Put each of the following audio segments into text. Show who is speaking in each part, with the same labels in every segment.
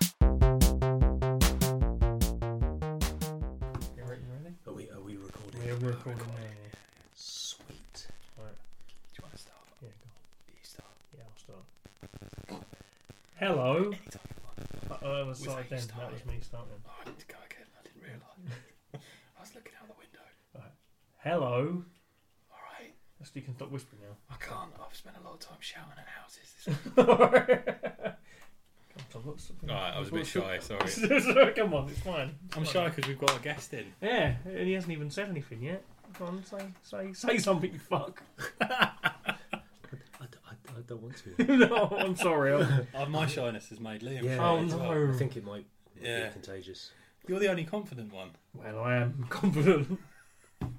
Speaker 1: uh,
Speaker 2: Yeah, we're recording now.
Speaker 3: Sweet.
Speaker 2: Alright,
Speaker 3: Do you want to start?
Speaker 2: yeah, go.
Speaker 3: You start.
Speaker 2: Yeah, I'll start. Hello.
Speaker 3: Anytime you want.
Speaker 2: Oh, that was
Speaker 3: Was that
Speaker 2: like
Speaker 3: you
Speaker 2: then. That was me starting.
Speaker 3: Oh, I need to go again. I didn't realise. I was looking out the window.
Speaker 2: Hello.
Speaker 3: All right.
Speaker 2: That's you can stop whispering now.
Speaker 3: I can't. I've spent a lot of time shouting at houses. This
Speaker 2: Come on, Tom,
Speaker 3: All right. I was a bit shy. Sorry.
Speaker 2: sorry. Come on, it's fine.
Speaker 3: I'm
Speaker 2: Come
Speaker 3: shy
Speaker 2: on.
Speaker 3: because we've got a guest in.
Speaker 2: Yeah, and he hasn't even said anything yet. Come on, say, say, say something, you fuck.
Speaker 1: I, d- I d- I don't want to.
Speaker 2: no, I'm sorry. I'm,
Speaker 3: Uh, my shyness has made Liam
Speaker 1: Yeah,
Speaker 3: shy
Speaker 2: oh
Speaker 3: as well.
Speaker 2: no.
Speaker 1: I think it might
Speaker 3: Yeah.
Speaker 1: be contagious.
Speaker 3: You're the only confident one.
Speaker 2: Well, I am confident.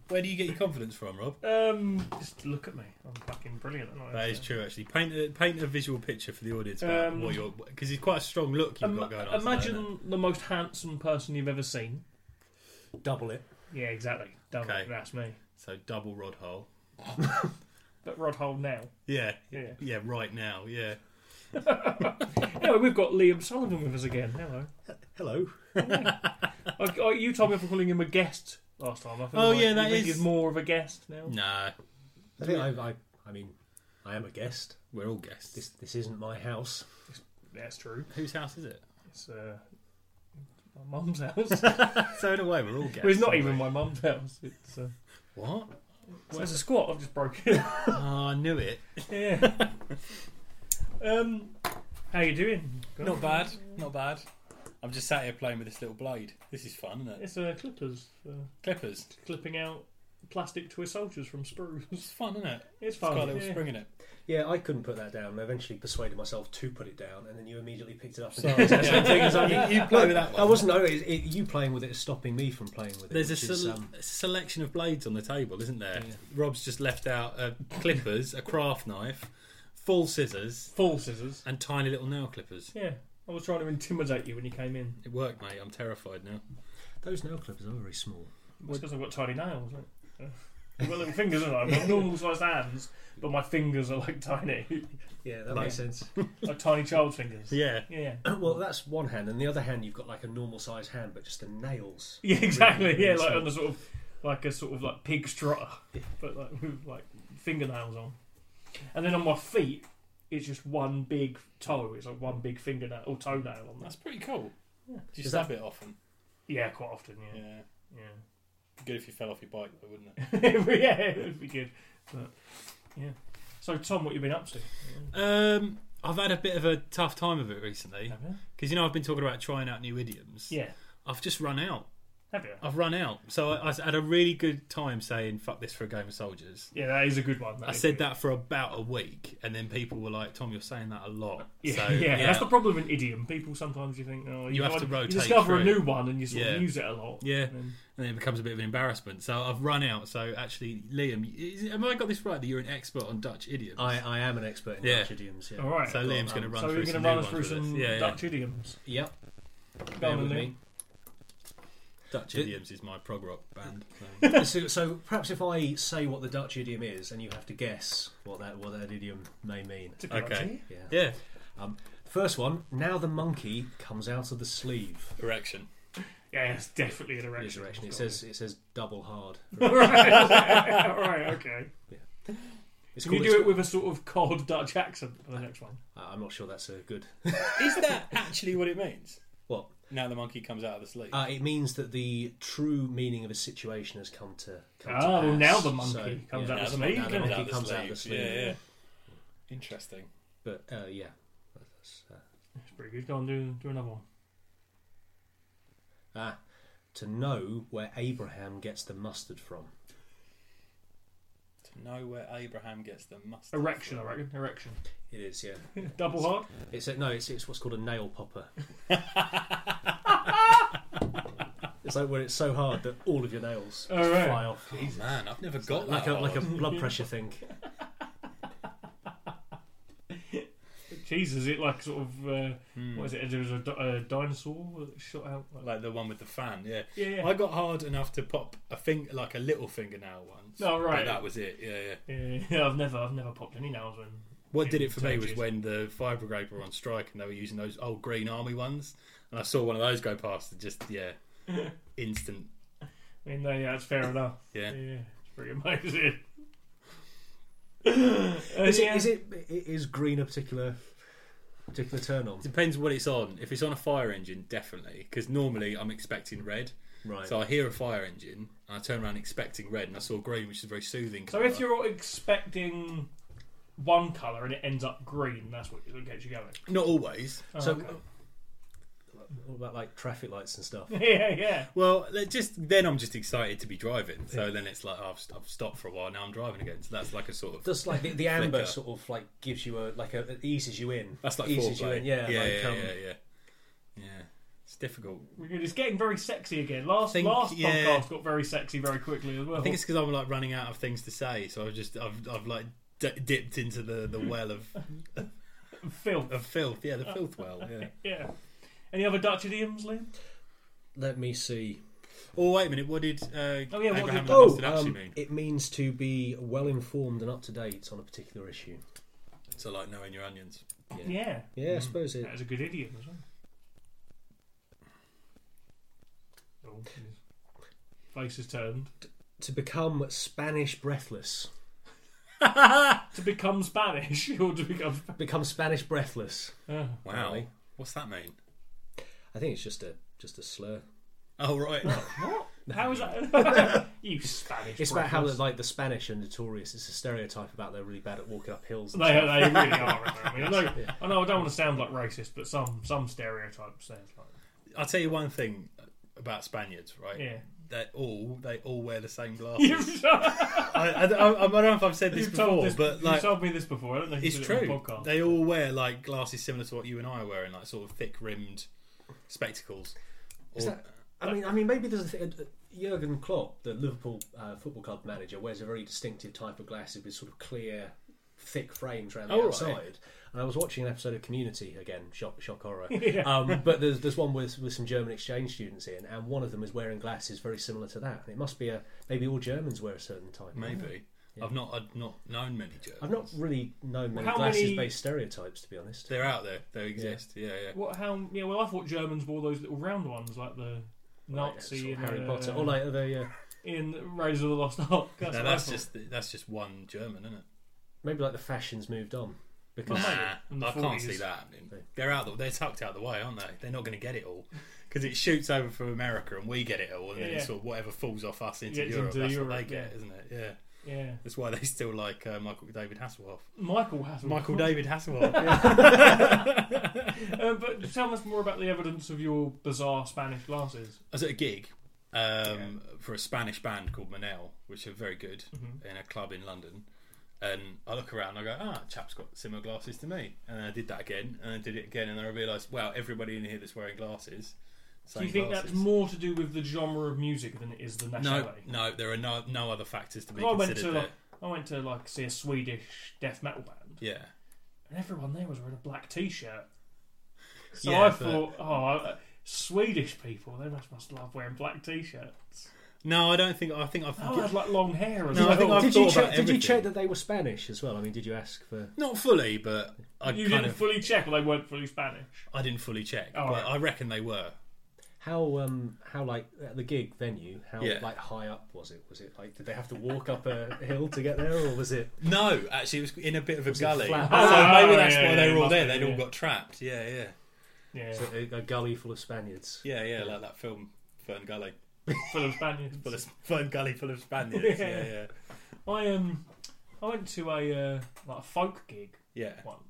Speaker 3: Where do you get your confidence from, Rob?
Speaker 2: Um, just look at me. I'm fucking brilliant. aren't I?
Speaker 3: That is true, actually. Paint a, paint a visual picture for the audience about
Speaker 2: Um,
Speaker 3: what you're because it's quite a strong look you've
Speaker 2: Ima-
Speaker 3: got going on. today, isn't it?
Speaker 2: imagine the most handsome person you've ever seen.
Speaker 1: Double it.
Speaker 2: Yeah, exactly. Double.
Speaker 3: Okay.
Speaker 2: That's me.
Speaker 3: so double rod hole.
Speaker 2: But Rod Hole now.
Speaker 3: Yeah,
Speaker 2: Yeah.
Speaker 3: yeah, right now, yeah.
Speaker 2: Anyway, we've got Liam Sullivan with us again. Hello.
Speaker 1: Hello.
Speaker 2: I, I, you told me if we're calling him a guest last time. I think
Speaker 3: Oh,
Speaker 2: like,
Speaker 3: yeah,
Speaker 2: you
Speaker 3: that
Speaker 2: think
Speaker 3: is- Mm.
Speaker 2: He's more of a guest now.
Speaker 3: Nah,
Speaker 1: I think I, I, I mean, I am a guest.
Speaker 3: we're all guests.
Speaker 1: This this isn't my house.
Speaker 2: That's true.
Speaker 3: Whose house is it?
Speaker 2: It's uh, my mum's house.
Speaker 3: so in a way, we're all guests.
Speaker 2: well, it's not
Speaker 3: aren't
Speaker 2: even
Speaker 3: we?
Speaker 2: my mum's house. It's uh,
Speaker 3: What?
Speaker 2: well, it's a squat. I've just broken. it.
Speaker 3: Oh, I knew it.
Speaker 2: yeah. um, how you doing? Good.
Speaker 3: Not bad, not bad. I'm just sat here playing with this little blade. This is fun, isn't it?
Speaker 2: It's uh, clippers. Uh,
Speaker 3: Clippers.
Speaker 2: clipping out plastic toy soldiers from sprues.
Speaker 3: It's fun, isn't it?
Speaker 2: It's
Speaker 3: It's
Speaker 2: fun.
Speaker 3: got a little
Speaker 2: yeah.
Speaker 3: spring in it.
Speaker 1: Yeah, I couldn't put that down. I eventually persuaded myself to put it down, and then you immediately picked it up.
Speaker 3: So,
Speaker 1: And did the same thing. It's like,
Speaker 3: you, you play with that
Speaker 1: I
Speaker 3: one.
Speaker 1: wasn't. No, it, it, you playing with it is stopping me from playing with it.
Speaker 3: There's a
Speaker 1: which is,
Speaker 3: sele-
Speaker 1: um,
Speaker 3: selection of blades on the table, isn't there?
Speaker 1: Yeah.
Speaker 3: Rob's just left out uh, clippers, a craft knife, full scissors,
Speaker 2: Full scissors.
Speaker 3: and tiny little nail clippers.
Speaker 2: Yeah. I was trying to intimidate you when you came in.
Speaker 3: It worked, mate. I'm terrified now.
Speaker 1: those nail clippers are very small.
Speaker 2: It's because I've got tiny nails. Right? I've got little fingers, haven't I? I've got normal sized hands, but my fingers are like tiny.
Speaker 1: Yeah, that
Speaker 2: Yeah.
Speaker 1: makes sense.
Speaker 2: like tiny child's fingers.
Speaker 3: Yeah.
Speaker 2: Yeah.
Speaker 1: well, that's one hand, and the other hand you've got like a normal size hand, but just the nails.
Speaker 2: Yeah, exactly.
Speaker 1: Really,
Speaker 2: Yeah,
Speaker 1: really
Speaker 2: like
Speaker 1: small.
Speaker 2: on the sort of like a sort of like pig strutter, but like with like fingernails on. And then on my feet, it's just one big toe. It's like one big fingernail or toenail on that.
Speaker 3: That's pretty cool.
Speaker 2: Yeah.
Speaker 3: Do you
Speaker 1: Is
Speaker 3: stab it often?
Speaker 2: Yeah, quite often. Yeah.
Speaker 3: Yeah.
Speaker 2: Yeah.
Speaker 3: Good if you fell off your bike, though, wouldn't it?
Speaker 2: yeah, it would be good. But yeah. So Tom, what you been up to?
Speaker 3: Um, I've had a bit of a tough time of it recently
Speaker 2: Have you?
Speaker 3: because you know I've been talking about trying out new idioms.
Speaker 2: Yeah.
Speaker 3: I've just run out.
Speaker 2: Have you?
Speaker 3: I've run out. So I, I had a really good time saying "fuck this" for a game of soldiers.
Speaker 2: Yeah, that is a good one.
Speaker 3: I said that for about a week, and then people were like, "Tom, you're saying that a lot."
Speaker 2: Yeah,
Speaker 3: so,
Speaker 2: yeah, that's the problem in idiom. People sometimes you think, oh, you,
Speaker 3: You have
Speaker 2: go
Speaker 3: to
Speaker 2: on-
Speaker 3: rotate
Speaker 2: You discover a
Speaker 3: through.
Speaker 2: new one and you sort
Speaker 3: Yeah.
Speaker 2: of use it a lot.
Speaker 3: Yeah.
Speaker 2: And then-
Speaker 3: and then it becomes a bit of an embarrassment. So I've run out. So actually, Liam, is, have I got this right? That you're an expert on Dutch idioms.
Speaker 1: I, I am an expert in
Speaker 3: Yeah.
Speaker 1: Dutch idioms. Yeah.
Speaker 2: All right.
Speaker 3: so
Speaker 2: So,
Speaker 3: Liam's
Speaker 1: um,
Speaker 3: going to run.
Speaker 2: you're going
Speaker 3: through
Speaker 2: to
Speaker 3: some
Speaker 2: run
Speaker 3: new
Speaker 2: us through
Speaker 3: ones with
Speaker 2: some
Speaker 3: us. yeah, yeah.
Speaker 2: Dutch idioms.
Speaker 1: Yep.
Speaker 2: Go
Speaker 1: Bear
Speaker 2: on, Liam.
Speaker 1: with me.
Speaker 3: Dutch
Speaker 1: Th-
Speaker 3: idioms is my prog rock band.
Speaker 1: so, so perhaps if I say what the Dutch idiom is, and you have to guess what that what that idiom may mean.
Speaker 2: It's a good
Speaker 3: Okay.
Speaker 2: idea.
Speaker 1: Yeah.
Speaker 3: yeah,
Speaker 1: First one. Now the monkey comes out of the sleeve.
Speaker 3: erection.
Speaker 2: Yeah, it's definitely an
Speaker 1: It is
Speaker 2: erection.
Speaker 1: erection. It says it says double hard.
Speaker 2: All right, all right, okay.
Speaker 1: It's
Speaker 2: Can you
Speaker 1: called.
Speaker 2: do it with a sort of cold Dutch accent for the next one?
Speaker 1: I- I'm not sure that's a good.
Speaker 3: Is that actually what it means?
Speaker 1: What?
Speaker 3: Now the monkey comes out of the sleeve.
Speaker 1: Uh, it means that the true meaning of a situation has come to. Come to
Speaker 2: Ah, well,
Speaker 1: pass.
Speaker 2: now the
Speaker 1: So,
Speaker 2: monkey comes
Speaker 1: yeah.
Speaker 2: out
Speaker 3: now
Speaker 2: of the
Speaker 3: the monkey
Speaker 2: sleeve.
Speaker 1: Now the
Speaker 2: doesn't it?
Speaker 1: monkey comes out of the sleeve.
Speaker 3: Yeah, yeah. Interesting.
Speaker 1: But uh, yeah. That's, uh,
Speaker 2: It's pretty good. Go on, do, do another one.
Speaker 1: ah, to know where Abraham gets the mustard from.
Speaker 3: To know where Abraham gets the mustard.
Speaker 2: Erection, I
Speaker 3: from.
Speaker 2: reckon. Erection.
Speaker 1: It is, yeah.
Speaker 2: Double hard.
Speaker 1: It's a, no, it's it's what's called a nail popper. it's like where it's so hard that all of your nails
Speaker 2: All right.
Speaker 1: fly off,
Speaker 3: Oh, man, I've never got
Speaker 1: like
Speaker 3: that.
Speaker 1: a like a
Speaker 3: hard.
Speaker 1: blood pressure thing.
Speaker 2: Jesus, it like sort of uh,
Speaker 3: Hmm.
Speaker 2: what is it? There was a, di- a dinosaur that shot out. Like,
Speaker 3: like the one with the fan. Yeah.
Speaker 2: yeah, yeah.
Speaker 3: I got hard enough to pop a thing like a little fingernail once.
Speaker 2: Oh, right.
Speaker 3: But that was it. Yeah, yeah.
Speaker 2: Yeah, yeah, I've never, I've never popped any nails in.
Speaker 3: What did it for me was
Speaker 2: Contagious.
Speaker 3: when the fire brigade were on strike and they were using those old green army ones, and I saw one of those go past and just yeah, instant
Speaker 2: I mean, no, yeah, that's fair enough.
Speaker 3: Yeah.
Speaker 2: Yeah, it's pretty amazing. Uh,
Speaker 1: Is
Speaker 2: yeah.
Speaker 1: it, is it i- is green a particular particular turn on?
Speaker 3: Depends what it's on. If it's on a fire engine, definitely, because normally I'm expecting red.
Speaker 1: Right.
Speaker 3: So I hear a fire engine and I turn around expecting red, and I saw green, which is a very soothing.
Speaker 2: So
Speaker 3: colour.
Speaker 2: if you're expecting one colour and it ends up green, that's what what gets you going.
Speaker 3: not always.
Speaker 2: Oh,
Speaker 1: so
Speaker 2: okay.
Speaker 1: what about like traffic lights and stuff?
Speaker 2: yeah, yeah.
Speaker 3: Well, let- just then I'm just excited to be driving. So then it's like I've, I've stopped for a while. Now I'm driving again. So that's like a sort of
Speaker 1: Does like the, the amber
Speaker 3: Flicker.
Speaker 1: sort of like gives you a like a it eases you in?
Speaker 3: that's like
Speaker 1: eases you
Speaker 3: foreplay.
Speaker 1: in. Yeah,
Speaker 3: yeah,
Speaker 1: like,
Speaker 3: yeah,
Speaker 1: um,
Speaker 3: yeah, yeah, Yeah. It's difficult.
Speaker 2: It's getting very sexy again. Last
Speaker 3: Think-
Speaker 2: last
Speaker 3: yeah.
Speaker 2: podcast got very sexy very quickly as well.
Speaker 3: I think it's because I'm like running out of things to say. So I've just I've I've like d- dipped into the the well of
Speaker 2: Phil.
Speaker 3: of filth. Yeah, the filth well. Yeah.
Speaker 2: Yeah. Any other Dutch idioms, Liam?
Speaker 1: Let me see.
Speaker 3: Oh wait a minute. What did uh,
Speaker 2: Oh, yeah, what
Speaker 3: Abraham
Speaker 2: did-
Speaker 3: and Mustard
Speaker 1: um,
Speaker 3: actually mean?
Speaker 1: it means to be well informed and up to date on a particular issue.
Speaker 3: So like knowing your onions.
Speaker 2: Yeah.
Speaker 1: Yeah. Yeah, I suppose it.
Speaker 2: That was a good idiom as well. Oh, his face is turned.
Speaker 1: To become Spanish breathless.
Speaker 2: To become Spanish or to become Spanish.
Speaker 1: Become Spanish breathless.
Speaker 2: Oh.
Speaker 3: Wow.
Speaker 1: Really?
Speaker 3: What's that mean?
Speaker 1: I think it's just a just a slur.
Speaker 3: Oh right.
Speaker 2: What? How is that? you Spanish.
Speaker 1: It's about how
Speaker 2: breakfast.
Speaker 1: like the Spanish are notorious. It's a stereotype about they're really bad at walking up hills. And
Speaker 2: They,
Speaker 1: stuff.
Speaker 2: they really are. aren't they? I mean, I know, I know. I don't want to sound like racist, but some some stereotypes sound like
Speaker 3: I'll tell you one thing about Spaniards, right?
Speaker 2: yeah.
Speaker 3: They all they all wear the same glasses.
Speaker 2: You've,
Speaker 3: I, I, I, I don't know if I've said this
Speaker 2: you've
Speaker 3: before,
Speaker 2: told this,
Speaker 3: but
Speaker 2: you
Speaker 3: like
Speaker 2: told me this before. I don't know. If you
Speaker 3: it's
Speaker 2: did it on the
Speaker 3: true.
Speaker 2: podcast.
Speaker 3: They all wear like glasses similar to what you and I are wearing, like sort of thick rimmed spectacles.
Speaker 1: Is
Speaker 3: Or-
Speaker 1: that- I mean, I mean, maybe there's a thing. uh, Jurgen Klopp, the Liverpool uh, football club manager, wears a very distinctive type of glasses with sort of clear, thick frames around the
Speaker 3: Oh, right.
Speaker 1: outside. And I was watching an episode of Community again, shock, shock horror. um, but there's there's one with with some German exchange students in, and one of them is wearing glasses very similar to that. And it must be a maybe all Germans wear a certain type.
Speaker 3: maybe I've not I've not known many Germans.
Speaker 1: I've not really known many
Speaker 2: How many-
Speaker 1: glasses-based stereotypes, to be honest.
Speaker 3: They're out there. They exist. Yeah, yeah.
Speaker 2: What? How? Yeah. Well, I thought Germans wore those little round ones, like the
Speaker 1: Like,
Speaker 2: Nazi
Speaker 1: sort
Speaker 2: in
Speaker 1: of Harry
Speaker 2: uh,
Speaker 1: Potter, or like the, uh,
Speaker 2: in Raiders of the Lost Ark. That's
Speaker 3: No,
Speaker 2: what I
Speaker 3: that's
Speaker 2: thought.
Speaker 3: just that's just one German, isn't it?
Speaker 1: maybe like the fashions moved on because.
Speaker 2: Well, maybe. In the
Speaker 3: Nah, I can't
Speaker 2: 40s.
Speaker 3: see that happening. They're out. The, they're tucked out the way, aren't they? They're not going to get it all because it shoots over from America and we get it all, and then
Speaker 2: Yeah.
Speaker 3: it's sort of whatever falls off us into
Speaker 2: Gets
Speaker 3: Europe.
Speaker 2: into
Speaker 3: that's what
Speaker 2: Europe,
Speaker 3: they get,
Speaker 2: yeah.
Speaker 3: isn't it? Yeah.
Speaker 2: yeah.
Speaker 3: That's why they still like uh, Michael David Hasselhoff.
Speaker 2: Michael has
Speaker 3: Michael David Hasselhoff. yeah.
Speaker 2: Uh, but tell us more about the evidence of your bizarre Spanish glasses.
Speaker 3: I was at a gig um, for a Spanish band called Manel, which are very good
Speaker 2: Mm-hmm.
Speaker 3: in a club in London. And I look around and I go, ah, chap's got similar glasses to me. And then I did that again, and I did it again, and then I realised, wow, everybody in here that's wearing glasses.
Speaker 2: Do you
Speaker 3: same
Speaker 2: think
Speaker 3: glasses.
Speaker 2: that's more to do with the genre of music than it is the
Speaker 3: No,
Speaker 2: nationality?
Speaker 3: no, there are no no other factors to be
Speaker 2: I went
Speaker 3: considered.
Speaker 2: to
Speaker 3: there.
Speaker 2: like, I went to like see a Swedish death metal band,
Speaker 3: yeah,
Speaker 2: and everyone there was wearing a black T-shirt. So
Speaker 3: Yeah,
Speaker 2: I
Speaker 3: but-
Speaker 2: thought, oh, I- Swedish people, they must must love wearing black T-shirts.
Speaker 3: no, I don't think. I think I've
Speaker 2: Oh, I had like long hair as
Speaker 3: No, I
Speaker 2: well.
Speaker 3: think I've
Speaker 1: Oh, Did
Speaker 3: thought
Speaker 1: you,
Speaker 3: about
Speaker 1: check, did you
Speaker 3: everything.
Speaker 1: check that they were Spanish as well? I mean, did you ask for
Speaker 3: not fully, but I
Speaker 2: you
Speaker 3: kind
Speaker 2: didn't
Speaker 3: of
Speaker 2: fully check, or they weren't fully Spanish.
Speaker 3: I didn't fully check,
Speaker 2: Oh,
Speaker 3: but
Speaker 2: right.
Speaker 3: I reckon they were.
Speaker 1: How um how like at the gig venue how
Speaker 3: Yeah.
Speaker 1: like high up was it was it like did they have to walk up a hill to get there or was it
Speaker 3: No, actually, it was in a bit of a gully. So
Speaker 1: flat?
Speaker 3: maybe
Speaker 2: Oh,
Speaker 3: that's
Speaker 2: yeah,
Speaker 3: why
Speaker 2: yeah,
Speaker 3: they
Speaker 2: it
Speaker 3: were all
Speaker 2: must
Speaker 3: there.
Speaker 2: be,
Speaker 3: They'd all
Speaker 2: yeah.
Speaker 3: got trapped. Yeah, yeah,
Speaker 2: Yeah,
Speaker 1: So a, a gully full of Spaniards?
Speaker 3: yeah, yeah. Like that film, Fern Gully,
Speaker 2: full of Spaniards.
Speaker 3: full of Fern Gully, full of Spaniards. yeah,
Speaker 2: Yeah.
Speaker 3: yeah,
Speaker 2: I um, I went to a uh, like a folk gig
Speaker 3: yeah.
Speaker 2: once,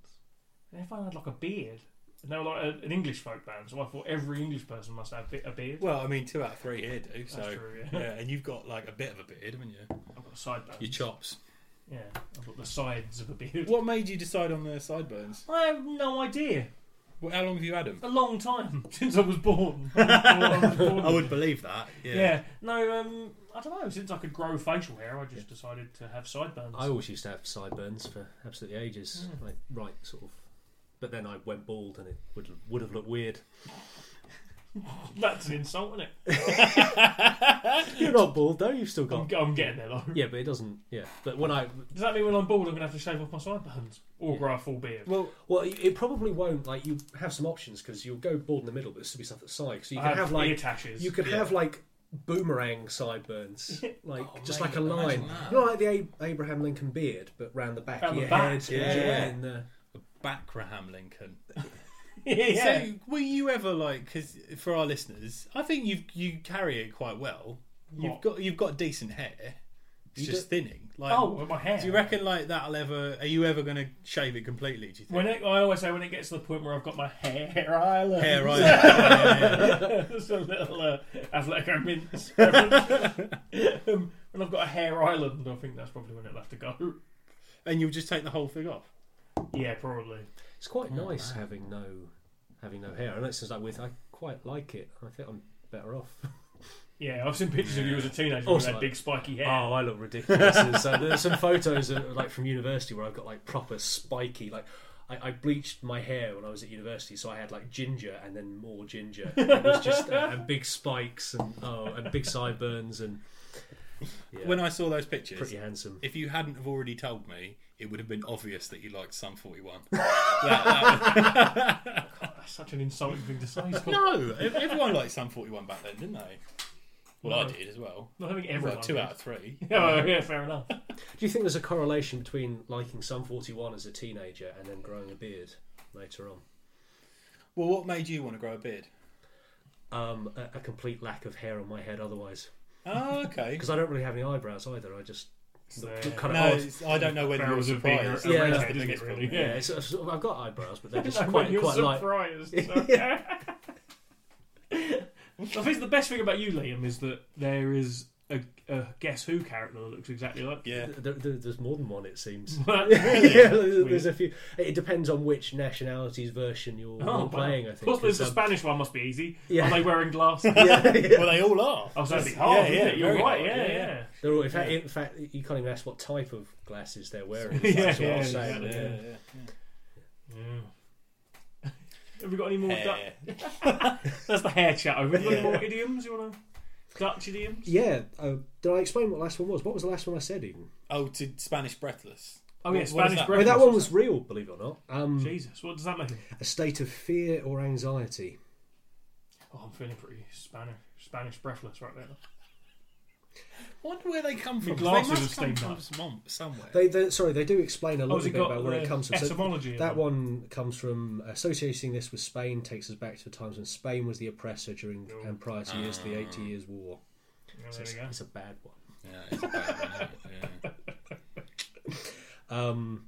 Speaker 2: and everyone had like a beard, and they were like a, an English folk band. So I thought every English person must have a beard.
Speaker 3: Well, I mean, two out of three here do. So
Speaker 2: That's true.
Speaker 3: yeah,
Speaker 2: Yeah.
Speaker 3: and you've got like a bit of a beard, haven't you?
Speaker 2: I've got sideburns.
Speaker 3: Your chops.
Speaker 2: yeah, I've got the sides of a beard.
Speaker 3: What made you decide on the sideburns?
Speaker 2: I have no idea.
Speaker 3: Well, how long have you had them?
Speaker 2: A long time since I was born. I was born.
Speaker 3: I would believe that. Yeah.
Speaker 2: Yeah. No. Um. I don't know. Since I could grow facial hair, I just decided to have sideburns.
Speaker 1: I always used to have sideburns for absolutely ages, like right sort of. But then I went bald and it would would have looked weird.
Speaker 2: That's an insult, isn't it?
Speaker 1: You're not bald though. You've still
Speaker 2: I'm,
Speaker 1: got.
Speaker 2: I'm getting there though.
Speaker 1: Yeah, but it doesn't. Yeah, but when I
Speaker 2: Does that mean when I'm bald, I'm gonna have to shave off my sideburns or grow a full beard?
Speaker 1: Well, well, it it probably won't. Like you have some options because you'll go bald in the middle, but there'll still be stuff at the side. So you
Speaker 2: I
Speaker 1: can have,
Speaker 2: ear
Speaker 1: like
Speaker 2: tashes.
Speaker 1: you could
Speaker 3: Yeah.
Speaker 1: have like boomerang sideburns, like
Speaker 3: Oh,
Speaker 1: just
Speaker 3: mate,
Speaker 1: like a
Speaker 3: imagine
Speaker 1: line.
Speaker 3: that.
Speaker 1: You know, like the Ab- Abraham Lincoln beard, but round the back
Speaker 2: Round
Speaker 1: of
Speaker 2: the
Speaker 1: your
Speaker 2: back,
Speaker 1: head. and
Speaker 3: yeah.
Speaker 1: your- and, uh,
Speaker 3: Backraham Lincoln.
Speaker 2: yeah.
Speaker 3: So, were you ever like? Because for our listeners, I think you you carry it quite well. You've
Speaker 2: What?
Speaker 3: got you've got decent hair. It's
Speaker 1: You
Speaker 3: just thinning. Like,
Speaker 2: oh, with my hair.
Speaker 3: do you reckon like that'll ever? Are you ever going to shave it completely? Do you think?
Speaker 2: When it, I always say when it gets to the point where I've got my hair island,
Speaker 3: hair right. yeah, yeah, yeah.
Speaker 2: it's a little uh, Atletico mince. um, when I've got a hair island, I think that's probably when it'll have to go.
Speaker 3: And you'll just take the whole thing off.
Speaker 2: Yeah, probably.
Speaker 1: it's quite nice having no having no hair. I know it sounds like with I quite like it. I think I'm better off.
Speaker 2: Yeah, I've seen pictures of you as a teenager with
Speaker 1: Also-
Speaker 2: that big spiky hair.
Speaker 1: Oh, I look ridiculous. And so there's some photos of, like from university where I've got like proper spiky like. I, I bleached my hair when I was at university, so I had like ginger and then more ginger. It was just uh, and big spikes and oh, and big sideburns and yeah,
Speaker 3: When I saw those pictures,
Speaker 1: pretty handsome.
Speaker 3: if you hadn't have already told me, it would have been obvious that you liked Sun Forty One.
Speaker 2: That's such an insulting thing to say. Scott.
Speaker 3: no, ev- everyone liked Sun Forty One back then, didn't they? Well, I did as well.
Speaker 2: I think everyone.
Speaker 3: Well, two
Speaker 2: did.
Speaker 3: out of three.
Speaker 2: Yeah, well, yeah, fair enough.
Speaker 1: Do you think there's a correlation between liking Sum 41 as a teenager and then growing a beard later on?
Speaker 3: Well, what made you want to grow a beard?
Speaker 1: Um, a, a complete lack of hair on my head otherwise.
Speaker 3: Oh, okay.
Speaker 1: Because I don't really have any eyebrows either. I just look, look kind of
Speaker 3: No,
Speaker 1: odd.
Speaker 3: it's- I don't know whether you were
Speaker 2: Barrels of beer
Speaker 3: surprised.
Speaker 2: are
Speaker 1: Yeah.
Speaker 2: arrested,
Speaker 3: That's the
Speaker 2: isn't it,
Speaker 3: biggest
Speaker 2: really?
Speaker 3: problem.
Speaker 1: Yeah, it's, it's- I've got eyebrows, but they're just
Speaker 2: No,
Speaker 1: quite,
Speaker 2: you're
Speaker 1: quite light.
Speaker 2: surprised. Okay. I think the best thing about you, Liam, is that there is a, a Guess Who character that looks exactly like you.
Speaker 3: Yeah.
Speaker 1: There, there, there's more than one, it seems.
Speaker 2: Really?
Speaker 1: yeah, there's, there's a few. It depends on which nationality's version you're,
Speaker 2: Oh,
Speaker 1: you're
Speaker 2: wow.
Speaker 1: playing. I
Speaker 2: Of
Speaker 1: think.
Speaker 2: course, there's the
Speaker 1: 'cause, um,
Speaker 2: Spanish one. Must be easy.
Speaker 1: Yeah.
Speaker 2: Are they wearing glasses?
Speaker 1: yeah, yeah.
Speaker 3: Well, they all are.
Speaker 2: Oh, so that'd be hard.
Speaker 3: yeah,
Speaker 2: isn't it? You're
Speaker 3: very
Speaker 2: right.
Speaker 3: hard,
Speaker 2: Yeah,
Speaker 3: yeah,
Speaker 2: yeah.
Speaker 1: They're all, in, fact, in fact, you can't even ask what type of glasses they're wearing.
Speaker 2: Yeah,
Speaker 1: That's what
Speaker 2: yeah,
Speaker 1: I'm saying.
Speaker 2: exactly.
Speaker 1: yeah.
Speaker 2: Have we got any more? Dutch?
Speaker 3: Hair.
Speaker 2: That's the hair chat over. Have we got any
Speaker 1: Yeah.
Speaker 2: more idioms? You want to Dutch idioms?
Speaker 1: Yeah, uh, did I explain what last one was? What was the last one I said even?
Speaker 3: Oh, to Spanish breathless.
Speaker 2: Oh yeah,
Speaker 3: What- what is
Speaker 2: Spanish
Speaker 3: that?
Speaker 2: breakfast.
Speaker 1: I mean, that one was real, believe it or not. Um,
Speaker 2: Jesus, what does that mean?
Speaker 1: a state of fear or anxiety.
Speaker 2: Oh, I'm feeling pretty Spanish, Spanish breathless right now.
Speaker 3: I wonder where they come
Speaker 2: Your
Speaker 3: from. 'cause
Speaker 2: glasses
Speaker 3: they
Speaker 2: have
Speaker 3: must come
Speaker 2: steamed
Speaker 3: from
Speaker 2: up.
Speaker 3: some- somewhere.
Speaker 1: They, they, sorry, they do explain a
Speaker 2: Oh, has
Speaker 1: little
Speaker 2: it
Speaker 1: bit about
Speaker 2: got
Speaker 1: where
Speaker 2: the
Speaker 1: it comes from. So
Speaker 2: etymology? in
Speaker 1: that
Speaker 2: it?
Speaker 1: one comes from associating this with Spain takes us back to the times when Spain was the oppressor during
Speaker 2: Oh.
Speaker 1: and prior to years to the
Speaker 3: Ah.
Speaker 1: Eighty Years' War.
Speaker 2: Yeah,
Speaker 1: So
Speaker 2: there
Speaker 1: it's,
Speaker 2: you go.
Speaker 1: it's a bad one.
Speaker 3: Yeah, it's a bad one, isn't it? Yeah.
Speaker 1: Um,